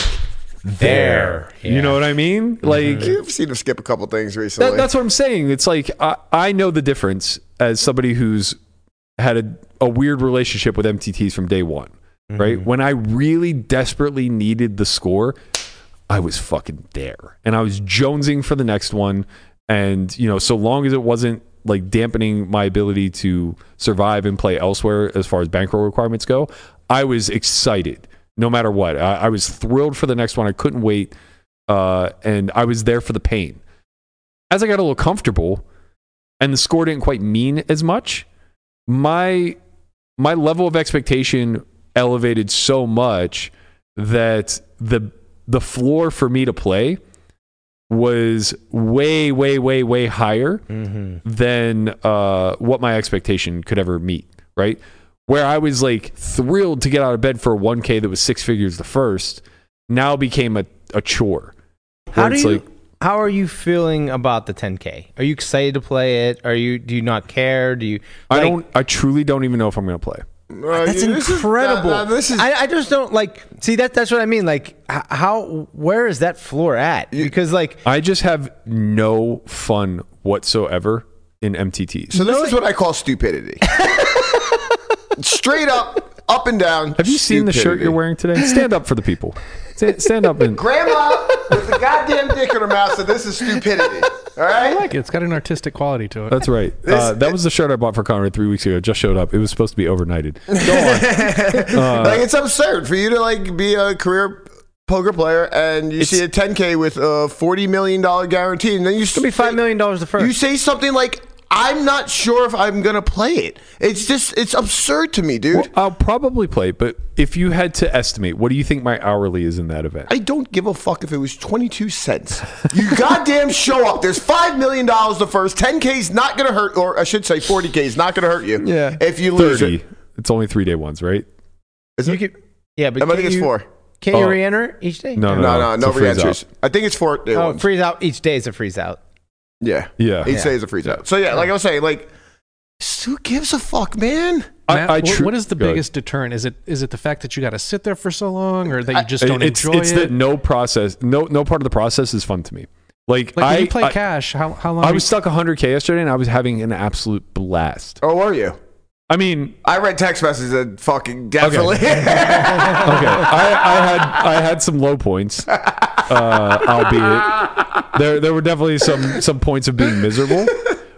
There. there. You Yeah. know what I mean? Mm-hmm. Like You've seen him skip a couple things recently. that, that's what I'm saying. It's like I, I know the difference as somebody who's had a, a weird relationship with MTTs from day one. Right when I really desperately needed the score, I was fucking there, and I was jonesing for the next one. And you know, so long as it wasn't like dampening my ability to survive and play elsewhere as far as bankroll requirements go, I was excited no matter what. I, I was thrilled for the next one. I couldn't wait, uh, and I was there for the pain as I got a little comfortable and the score didn't quite mean as much, my my level of expectation elevated so much that the the floor for me to play was way way way way higher Mm-hmm. than uh, what my expectation could ever meet right where i was like thrilled to get out of bed for a 1k that was six figures the first now became a, a chore How Where do it's you? like- how are you feeling about the 10K? Are you excited to play it? Are you? Do you not care? Do you? i like, don't i truly don't even know if i'm gonna play Uh, That's this is- incredible. nah, nah, this is. I, I just don't like. See that? That's what I mean. Like, h- how? Where is that floor at? Because like, I just have no fun whatsoever in MTTs. so this is what I call stupidity. Straight up, up and down. have you seen the shirt stupidity. you're wearing today? Stand up for the people. Stand, stand up and Grandma with the goddamn dick in her mouth said this is stupidity. All right. Like it's got an artistic quality to it. that's right. Uh, that was the shirt I bought for Conrad three weeks ago. It Just showed up. It was supposed to be overnighted. like it's absurd for you to like be a career poker player and you see a 10k with a 40 million dollar guarantee and then you it'll be five million dollars the first. you say something like i'm not sure if i'm gonna play it it's just it's absurd to me dude Well, I'll probably play, but if you had to estimate, what do you think my hourly is in that event? I don't give a fuck if it was 22 cents. You goddamn show up. There's $5 million the first. 10K is not going to hurt, or I should say 40K is not going to hurt you. Yeah. If you lose 30. it. It's only three day ones, right? Is You it? could, yeah, but I think can it's you, four. Can you Oh. re-enter it each day? No, No, no, no, it's a no freeze re-entries. I think it's four. day Oh, ones. freeze out. Each day is a freeze out. yeah. Yeah, Each day is a freeze out. So yeah, like I was saying, like who gives a fuck, man? Matt, wh- tru- what is the Go ahead. biggest deterrent? Is it is it the fact that you got to sit there for so long, or that you just I- don't it's, enjoy it's it? that no process, no no part of the process is fun to me. Like, like when I you play I, cash, how how long? I are was you- stuck 100k yesterday, and I was having an absolute blast. Oh, are you? I mean, I read text messages and fucking definitely. okay, I, I had I had some low points, uh, albeit there there were definitely some some points of being miserable,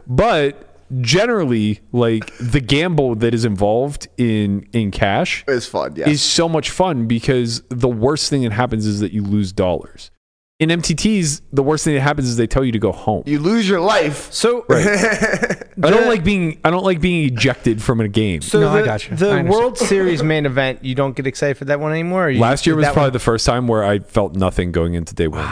but generally, like the gamble that is involved in in cash it's fun. Yeah. is so much fun because the worst thing that happens is that you lose dollars. In MTTs, the worst thing that happens is they tell you to go home. you lose your life. So, I don't like being I don't like being ejected from a game. so No, the, I gotcha. I the understand. World Series main event, you don't get excited for that one anymore. or you- Last year did was that probably one- the first time where I felt nothing going into day one.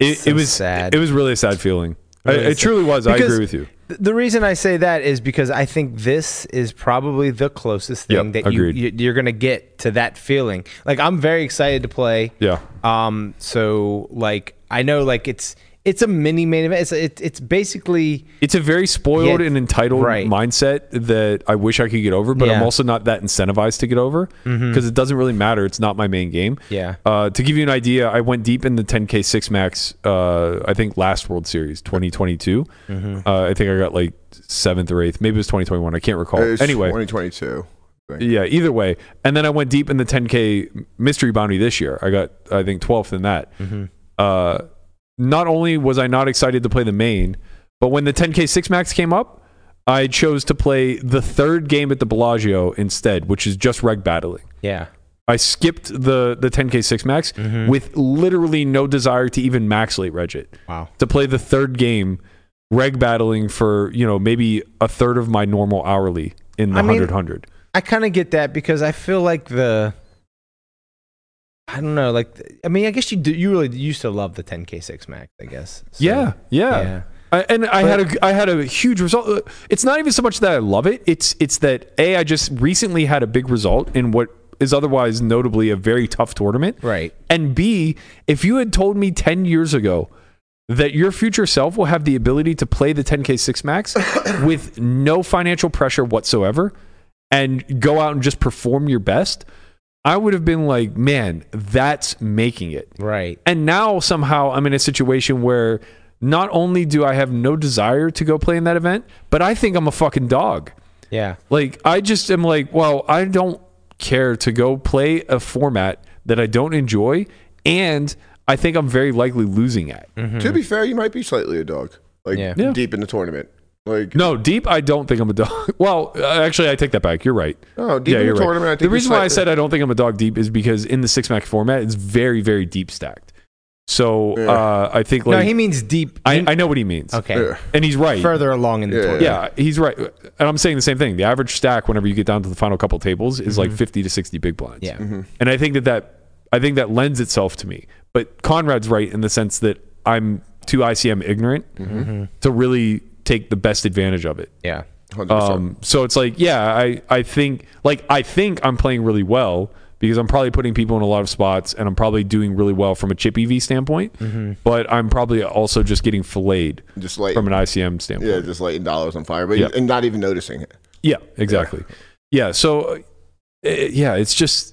it, so it was sad. It was really a Ah, sad feeling. Really I, it sad. truly was. I Because- agree with you. Th- The reason I say that is because I think this is probably the closest thing Yep, that you, agreed. you you're gonna get to that feeling. Like I'm very excited to play. Yeah. Um. So like I know like it's it's a mini main event. It's it, it's basically It's a very spoiled Yeah, and entitled right. mindset that I wish I could get over, but I'm Yeah. Mm-hmm. also not that incentivized to get over because it doesn't really matter. It's not my main game. Yeah. Uh, to give you an idea, I went deep in the 10K 6 max, uh, I think last World Series, 2022. Mm-hmm. Uh, I think I got like seventh or eighth. Maybe it was 2021. I can't recall. It's anyway, 2022. Yeah, either way. And then I went deep in the 10K mystery bounty this year. I got, I think, 12th in that. Mm-hmm. Uh, not only was I not excited to play the main, but when the 10K 6 max came up, I chose to play the third game at the Bellagio instead, which is just reg battling. yeah. I skipped the, the 10K 6 max Mm-hmm. with literally no desire to even max late reg it. Wow. To play the third game, reg battling for, you know, maybe a third of my normal hourly in the I mean, 100 100. I kind of get that because I feel like the I don't know. Like th- I mean, I guess you do, you really used to love the 10k6 max. I guess. So, yeah, yeah. I, and I had a I had a huge result. Uh, It's not even so much that I love it. It's it's that a I just recently had a big result in what is otherwise notably a very tough tournament. Right. And b if you had told me ten years ago that your future self will have the ability to play the 10k six max with no financial pressure whatsoever and go out and just perform your best, I would have been like, man, that's making it. Right. And now somehow I'm in a situation where not only do I have no desire to go play in that event, but I think I'm a fucking dog. Yeah. Like I just am like, well, I don't care to go play a format that I don't enjoy and I think I'm very likely losing at. mm-hmm. To be fair, you might be slightly a dog. Like Yeah. Mm-hmm. Yeah. deep in the tournament. Like No, deep. I don't think I'm a dog. Well, uh, actually, I take that back. You're right. No, Oh, deep in the you're tournament, I think the you're reason why I slightly- said I don't think I'm a dog deep is because in the six max format, it's very, very deep stacked. So Yeah. uh, I think No, like he means deep. I, I know what he means. okay. Yeah. and he's right. Further along in the Yeah. tournament. Yeah, he's right. And I'm saying the same thing. The average stack, whenever you get down to the final couple tables, is like 50 to 60 big blinds. Yeah. Mm-hmm. And I think that that I think that lends itself to me. But Conrad's right in the sense that I'm too ICM ignorant to really take the best advantage of it. Yeah. 100%. Um, so it's like, yeah, I, I think like I think I'm playing really well because I'm probably putting people in a lot of spots and I'm probably doing really well from a chip EV standpoint. But I'm probably also just getting filleted just like from an ICM standpoint. yeah, just lighting dollars on fire, but Yeah. and not even noticing it. Yeah, exactly. Yeah, so uh, eh, yeah, it's just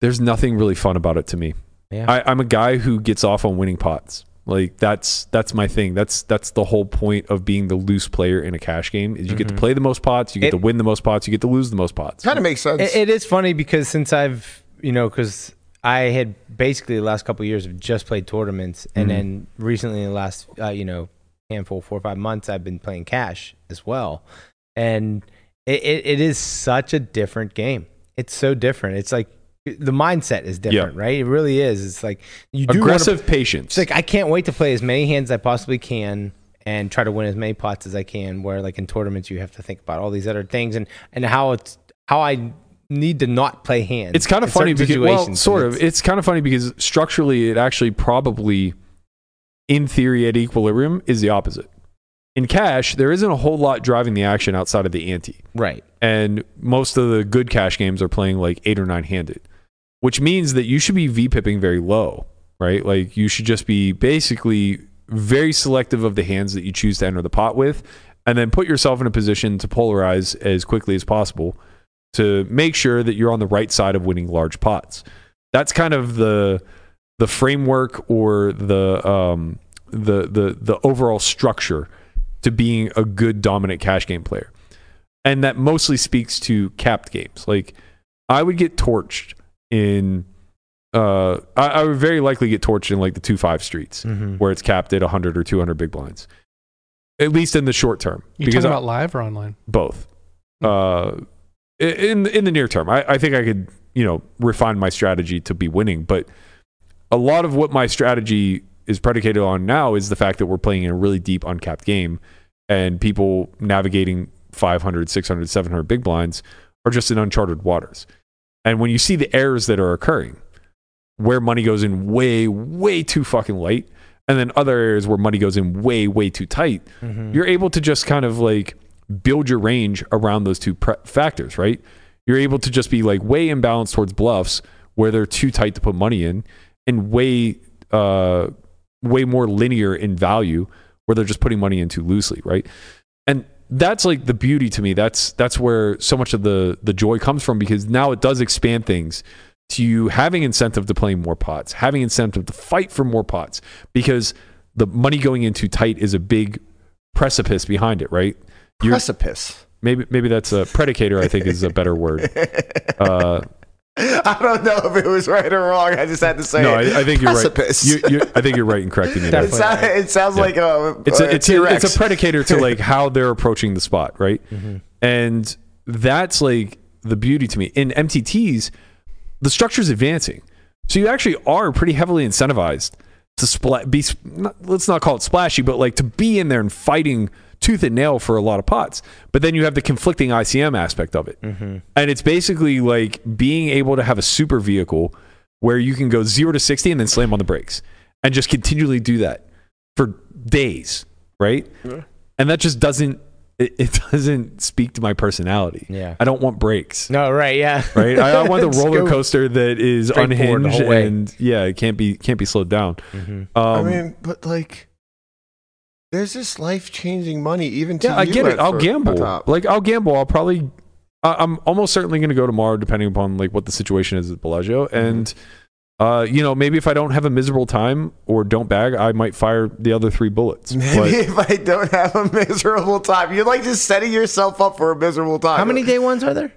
there's nothing really fun about it to me. Yeah. I, I'm a guy who gets off on winning pots. Like that's that's my thing. That's that's the whole point of being the loose player in a cash game is you get to play the most pots, you get Mm-hmm. It- to win the most pots, you get to lose the most pots. Kind of makes sense. It, it is funny because since I've you know because I had basically the last couple of years have just played tournaments, and then recently in the last uh, you know handful four or five months I've been playing cash as well, and it, it, it is such a different game. It's so different. It's like the mindset is different, right? It really is. It's like you do wanna- Aggressive patience. it's like I can't wait to play as many hands as I possibly can and try to win as many pots as I can. Where like in tournaments, you have to think about all these other things and and how it's how I need to not play hands. it's kind of in funny certain because well, situations. sort And of. It's kind of funny because structurally, it actually probably, in theory, at equilibrium is the opposite. in cash, there isn't a whole lot driving the action outside of the ante Right. and most of the good cash games are playing like eight or nine handed, which means that you should be V pipping very low, right? Like you should just be basically very selective of the hands that you choose to enter the pot with, and then put yourself in a position to polarize as quickly as possible to make sure that you're on the right side of winning large pots. That's kind of the the framework or the um, the the the overall structure to being a good dominant cash game player and that mostly speaks to capped games. Like I would get torched in uh I, I would very likely get torched in like the two five streets Mm-hmm. where it's capped at hundred or two hundred big blinds. At least in the short term. You talking I- about live or online? both. Uh, i- in in the near term, I, I think I could you know refine my strategy to be winning, but a lot of what my strategy is predicated on now is the fact that we're playing in a really deep uncapped game, and people navigating 500, 600, 700 big blinds are just in uncharted waters. And when you see the errors that are occurring, where money goes in way, way too fucking light, and then other areas where money goes in way, way too tight, you're able to just kind of like build your range around those two pre- factors, right? You're able to just be like way imbalanced towards bluffs where they're too tight to put money in, and way, uh, way more linear in value where they're just putting money in too loosely, right? and that's like the beauty to me that's that's where so much of the the joy comes from because now it does expand things to you having incentive to play more pots having incentive to fight for more pots because the money going in too tight is a big precipice behind it right You're- Precipice. maybe maybe that's a predicator i think is a better word uh I don't know if it was right or wrong. I just had to say no it. I, I think you're right Precipice. you, you, i think you're right in correcting me there. it, sound, it sounds like a, it's a, it's, a, uh, T-Rex. it's a predicator to like how they're approaching the spot, right? And that's like the beauty to me. In MTTs, the structure's advancing, so you actually are pretty heavily incentivized to spla- be sp- not, let's not call it splashy, but like to be in there and fighting tooth and nail for a lot of pots. But then you have the conflicting ICM aspect of it, and it's basically like being able to have a super vehicle where you can go zero to sixty and then slam on the brakes and just continually do that for days, right? And that just doesn't it, it doesn't speak to my personality. Yeah. I don't want breaks. No, right, yeah. Right? I, I want the Just roller go- coaster that is Straightforward the unhinged whole way. Mm-hmm. and yeah, it can't be can't be slowed down. I Um, mean, but like, there's this life changing money even to yeah, I you get it. at I'll fir- gamble. on top. Like I'll gamble. I'll probably. I, I'm almost certainly going to go tomorrow, depending upon like what the situation is at Bellagio, Mm-hmm. and uh, you know maybe if I don't have a miserable time or don't bag, I might fire the other three bullets. Maybe if I don't have a miserable time, you're like just setting yourself up for a miserable time. How many day ones are there?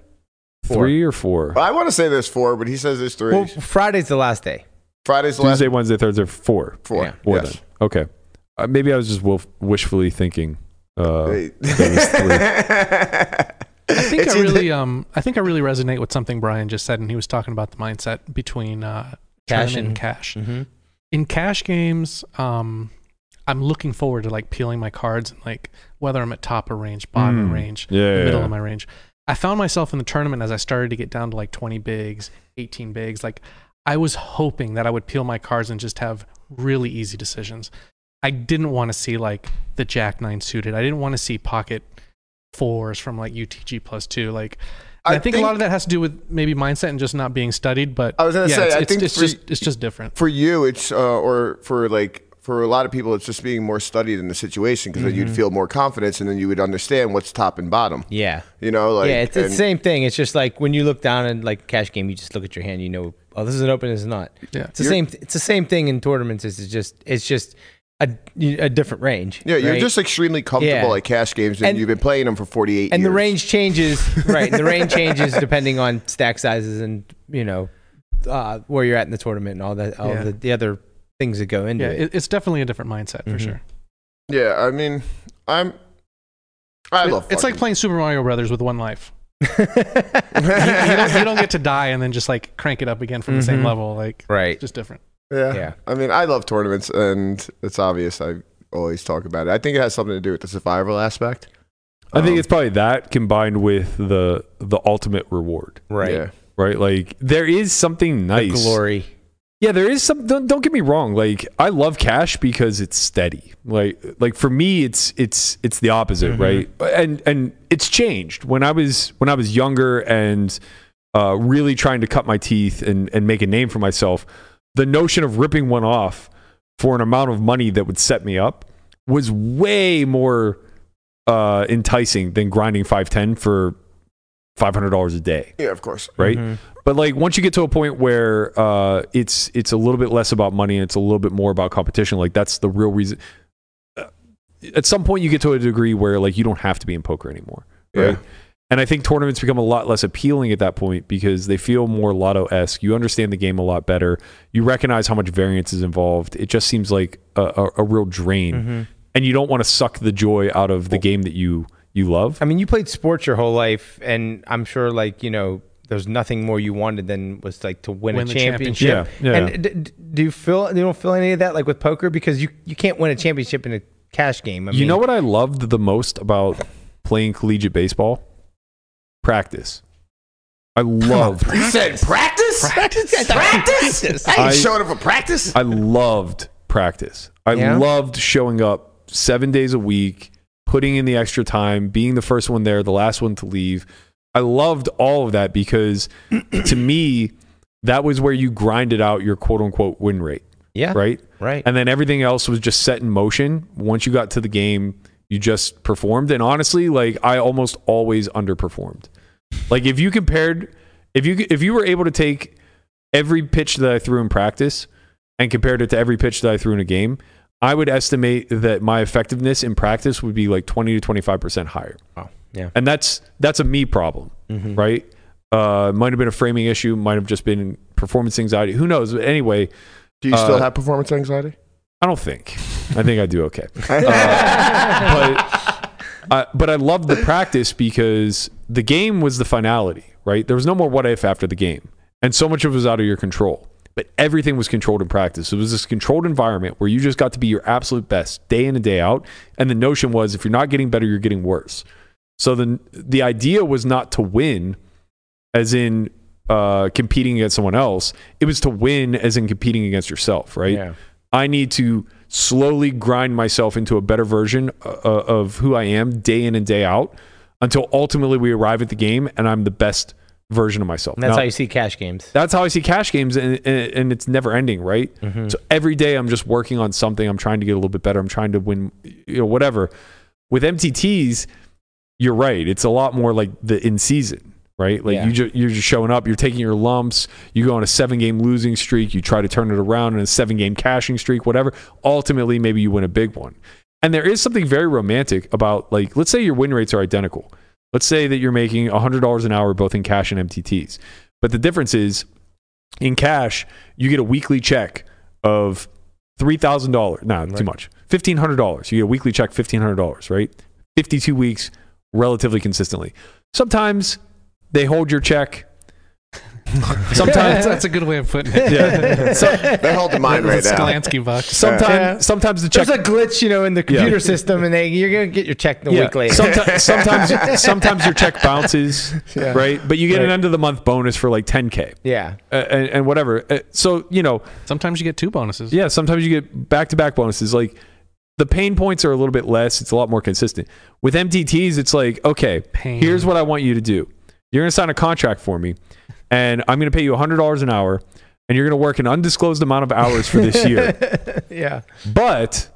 But three or four. I want to say there's four, but he says there's three. Well, Friday's the last day. Friday's the last Tuesday, Wednesday, Thursday, four. four. yeah. Four Yes. then. Okay. Uh, maybe I was just wolf- wishfully thinking. Uh, Oh, Wait. there was three. I think It's I either- really um I think I really resonate with something Brian just said, and he was talking about the mindset between uh, Cash tournament and- cash. Mm-hmm. in cash games, um, I'm looking forward to like peeling my cards and like whether I'm at top of range, bottom of Mm. range, Yeah, the yeah, middle yeah. of my range. I found myself in the tournament as I started to get down to like 20 bigs, 18 bigs. Like I was hoping that I would peel my cards and just have really easy decisions. I didn't want to see like the Jack Nine suited. I didn't want to see pocket fours from like UTG plus two. Like and I, I think, a think- lot of that has to do with maybe mindset and just not being studied. But I was gonna say, it's, I it's- think it's for- just it's just different. for you it's uh, or for like for a lot of people it's just being more studied in the situation because then you'd Mm-hmm. feel more confidence and then you would understand what's top and bottom Yeah. you know like yeah, it's, it's and- the same thing. It's just like when you look down and like cash game, you just look at your hand. You know, oh, this is an open, this is not. Yeah. it's the You're- same. It's the same thing in tournaments. It's just it's just a, a different range. yeah you're right? just extremely comfortable Yeah. at cash games and, And- you've been playing them for 48 and years the range changes. right, the range changes depending on stack sizes and you know uh, where you're at in the tournament and all that, all Yeah. the, the other things that go into Yeah, it. it, it's definitely a different mindset for Mhm. sure. yeah i mean i'm i It- love it's like fucking- playing Super Mario Brothers with one life. You, you don't, you don't get to die and then just like crank it up again from the same Mhm. level. Like right. it's just different. yeah. yeah. i mean i love tournaments and it's obvious i always talk about it i think it has something to do with the survival aspect I think Um, it's probably that combined with the the ultimate reward, Right. yeah. right? Like there is something nice Glory. Yeah, there is some. Don't, don't get me wrong. Like I love cash because it's steady. Like like for me, it's it's it's the opposite, right? And and it's changed. When I was when I was younger and uh, really trying to cut my teeth and and make a name for myself, the notion of ripping one off for an amount of money that would set me up was way more uh, enticing than grinding five ten for five hundred dollars a day Yeah, of course. Mm-hmm. right? But like once you get to a point where uh, it's it's a little bit less about money and it's a little bit more about competition, like that's the real reason. Uh, At some point, you get to a degree where like you don't have to be in poker anymore, right? Yeah. And I think tournaments become a lot less appealing at that point because they feel more lotto esque. You understand the game a lot better. You recognize how much variance is involved. It just seems like a, a, a real drain, and you don't want to suck the joy out of the game that you you love. I mean, you played sports your whole life, and I'm sure, like you know, there's nothing more you wanted than was like to win, Win a the championship. championship. Yeah, yeah. And d- d- do you feel you don't feel any of that like with poker because you you can't win a championship in a cash game. I You mean, know what I loved the most about playing collegiate baseball? Practice. I loved He said practice. Practice. Practice. I ain't I- showing up for practice. I loved practice. I Yeah? loved showing up 7 days a week, putting in the extra time, being the first one there, the last one to leave. I loved all of that because to me that was where you grinded out your quote unquote win rate, Yeah. right? Right. And then everything else was just set in motion. Once you got to the game, you just performed. And honestly, like I almost always underperformed. Like if you compared, if you if you were able to take every pitch that I threw in practice and compared it to every pitch that I threw in a game, I would estimate that my effectiveness in practice would be like twenty to twenty five percent higher. Wow. Yeah. And that's that's a me problem, right? Uh, might have been a framing issue, might have just been performance anxiety. Who knows? But anyway, Do you still Uh, have performance anxiety? I don't think. I think I do okay. Uh, but, I but I loved the practice because the game was the finality, right? There was no more what if after the game. And so much of it was out of your control. But everything was controlled in practice. It was this controlled environment where you just got to be your absolute best day in and day out. And the notion was if you're not getting better, you're getting worse. So the, the idea was not to win as in uh, competing against someone else, it was to win as in competing against yourself, right? Yeah. I need to slowly grind myself into a better version uh, of who I am day in and day out until ultimately we arrive at the game and I'm the best version of myself. And that's Now, how you see cash games. that's how I see cash games, and, and, and it's never ending, right? Mm-hmm. So every day I'm just working on something. I'm trying to get a little bit better. I'm trying to win, you know, whatever. With MTTs, you're right. It's a lot more like the in season, right? Like Yeah. you ju- you're just showing up. You're taking your lumps. You go on a seven game losing streak. You try to turn it around in a seven game cashing streak, whatever. Ultimately, maybe you win a big one. And there is something very romantic about like, let's say your win rates are identical. Let's say that you're making $100 an hour both in cash and MTTs. But the difference is in cash, you get a weekly check of $3,000. No, too much. $1,500. You get a weekly check, $1,500, right? 52 weeks, relatively consistently. Sometimes they hold your check. That's, Sometimes, that's a good way of putting it. yeah. So- They hold the mind right It's now. Skolansky bucks. sometimes, Yeah. sometimes the check There's a glitch, you know, in the computer system, and they, you're gonna get your check the week later. Sometimes, sometimes, sometimes your check bounces, right? But you get an Right. end of the month bonus for like 10k yeah. uh, and, and whatever. Uh, so you know, Sometimes you get two bonuses. yeah. Sometimes you get back to back bonuses. Like the pain points are a little bit less. It's a lot more consistent. With MTTs, it's like okay, Pain. here's what I want you to do. You're gonna sign a contract for me, and I'm gonna pay you $100 an hour, and you're gonna work an undisclosed amount of hours for this year. Yeah. But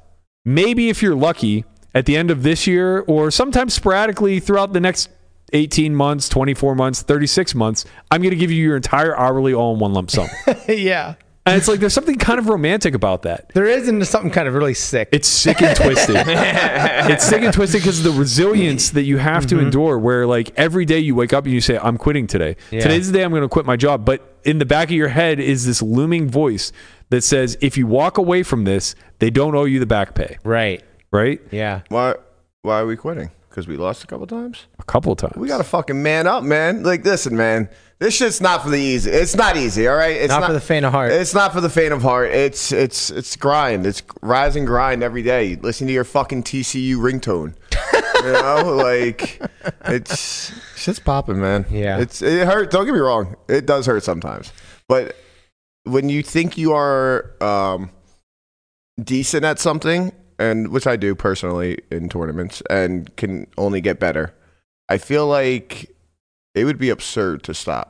maybe if you're lucky, at the end of this year or sometimes sporadically throughout the next 18 months, 24 months, 36 months, I'm going to give you your entire hourly all in one lump sum. yeah. and it's like there's something kind of romantic about that. There is into something kind of really sick. It's sick and twisted. it's sick and twisted because of the resilience that you have Mm-hmm. to endure where like every day you wake up and you say I'm quitting today. Yeah. Today's the day I'm going to quit my job, but in the back of your head is this looming voice that says if you walk away from this, they don't owe you the back pay, right. right? Yeah. Why? Why are we quitting? Because we lost a couple times. A couple times. We gotta fucking man up, man. Like, listen, man. This shit's not for the easy. It's not easy, all right. It's Not for the faint of heart. It's not for the faint of heart. It's it's it's grind. It's rise and grind every day. Listen to your fucking TCU ringtone. you know, like it's shit's popping, man. Yeah. It's it hurt. Don't get me wrong. It does hurt sometimes, but when you think you are um, decent at something, and which I do personally in tournaments, and can only get better, I feel like it would be absurd to stop.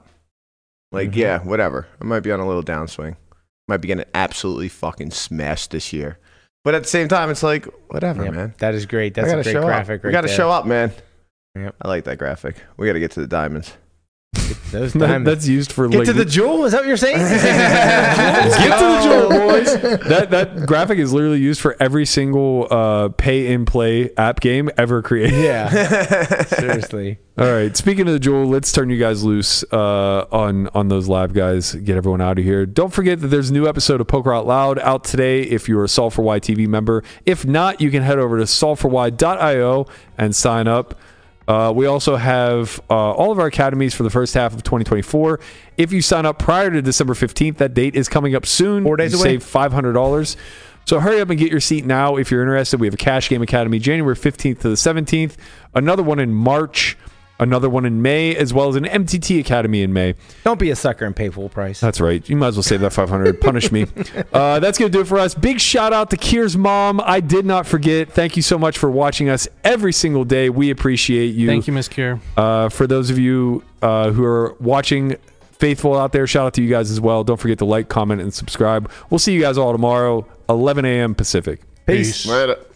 Like, Mm-hmm. Mhm. yeah, whatever. I might be on a little downswing. Might be getting absolutely fucking smashed this year. But at the same time, it's like, whatever, Yep, man. That is great. I That's gotta a great show graphic up. right we got to there. show up, man. Yep. I like that graphic. We got to get to the diamonds. Those That, diamonds. that's used for Get like to the jewel. Is that what you're saying? Get to the jewel, boys. that that graphic is literally used for every single uh, pay and play app game ever created. Yeah. Seriously. All right. Speaking of the jewel, let's turn you guys loose uh, on on those live guys. Get everyone out of here. Don't forget that there's a new episode of Poker Out Loud out today. If you're a Solve for Y TV member, if not, you can head over to solvefory.io and sign up. Uh, we also have uh, all of our academies for the first half of 2024. If you sign up prior to December 15th, that date is coming up soon. Four days You away. save five hundred dollars. So hurry up and get your seat now if you're interested. We have a Cash Game Academy January 15th to the 17th, another one in March, another one in May, as well as an MTT Academy in May. Don't be a sucker and pay full price. That's right. You might as well save that 500. Punish me. Uh, that's going to do it for us. Big shout out to Kier's mom. I did not forget. Thank you so much for watching us every single day. We appreciate you. Thank you, Miss Cure. Uh, for those of you uh, who are watching faithful out there shout out to you guys as well don't forget to like comment and subscribe we'll see you guys all tomorrow 11 a.m pacific Peace. Later.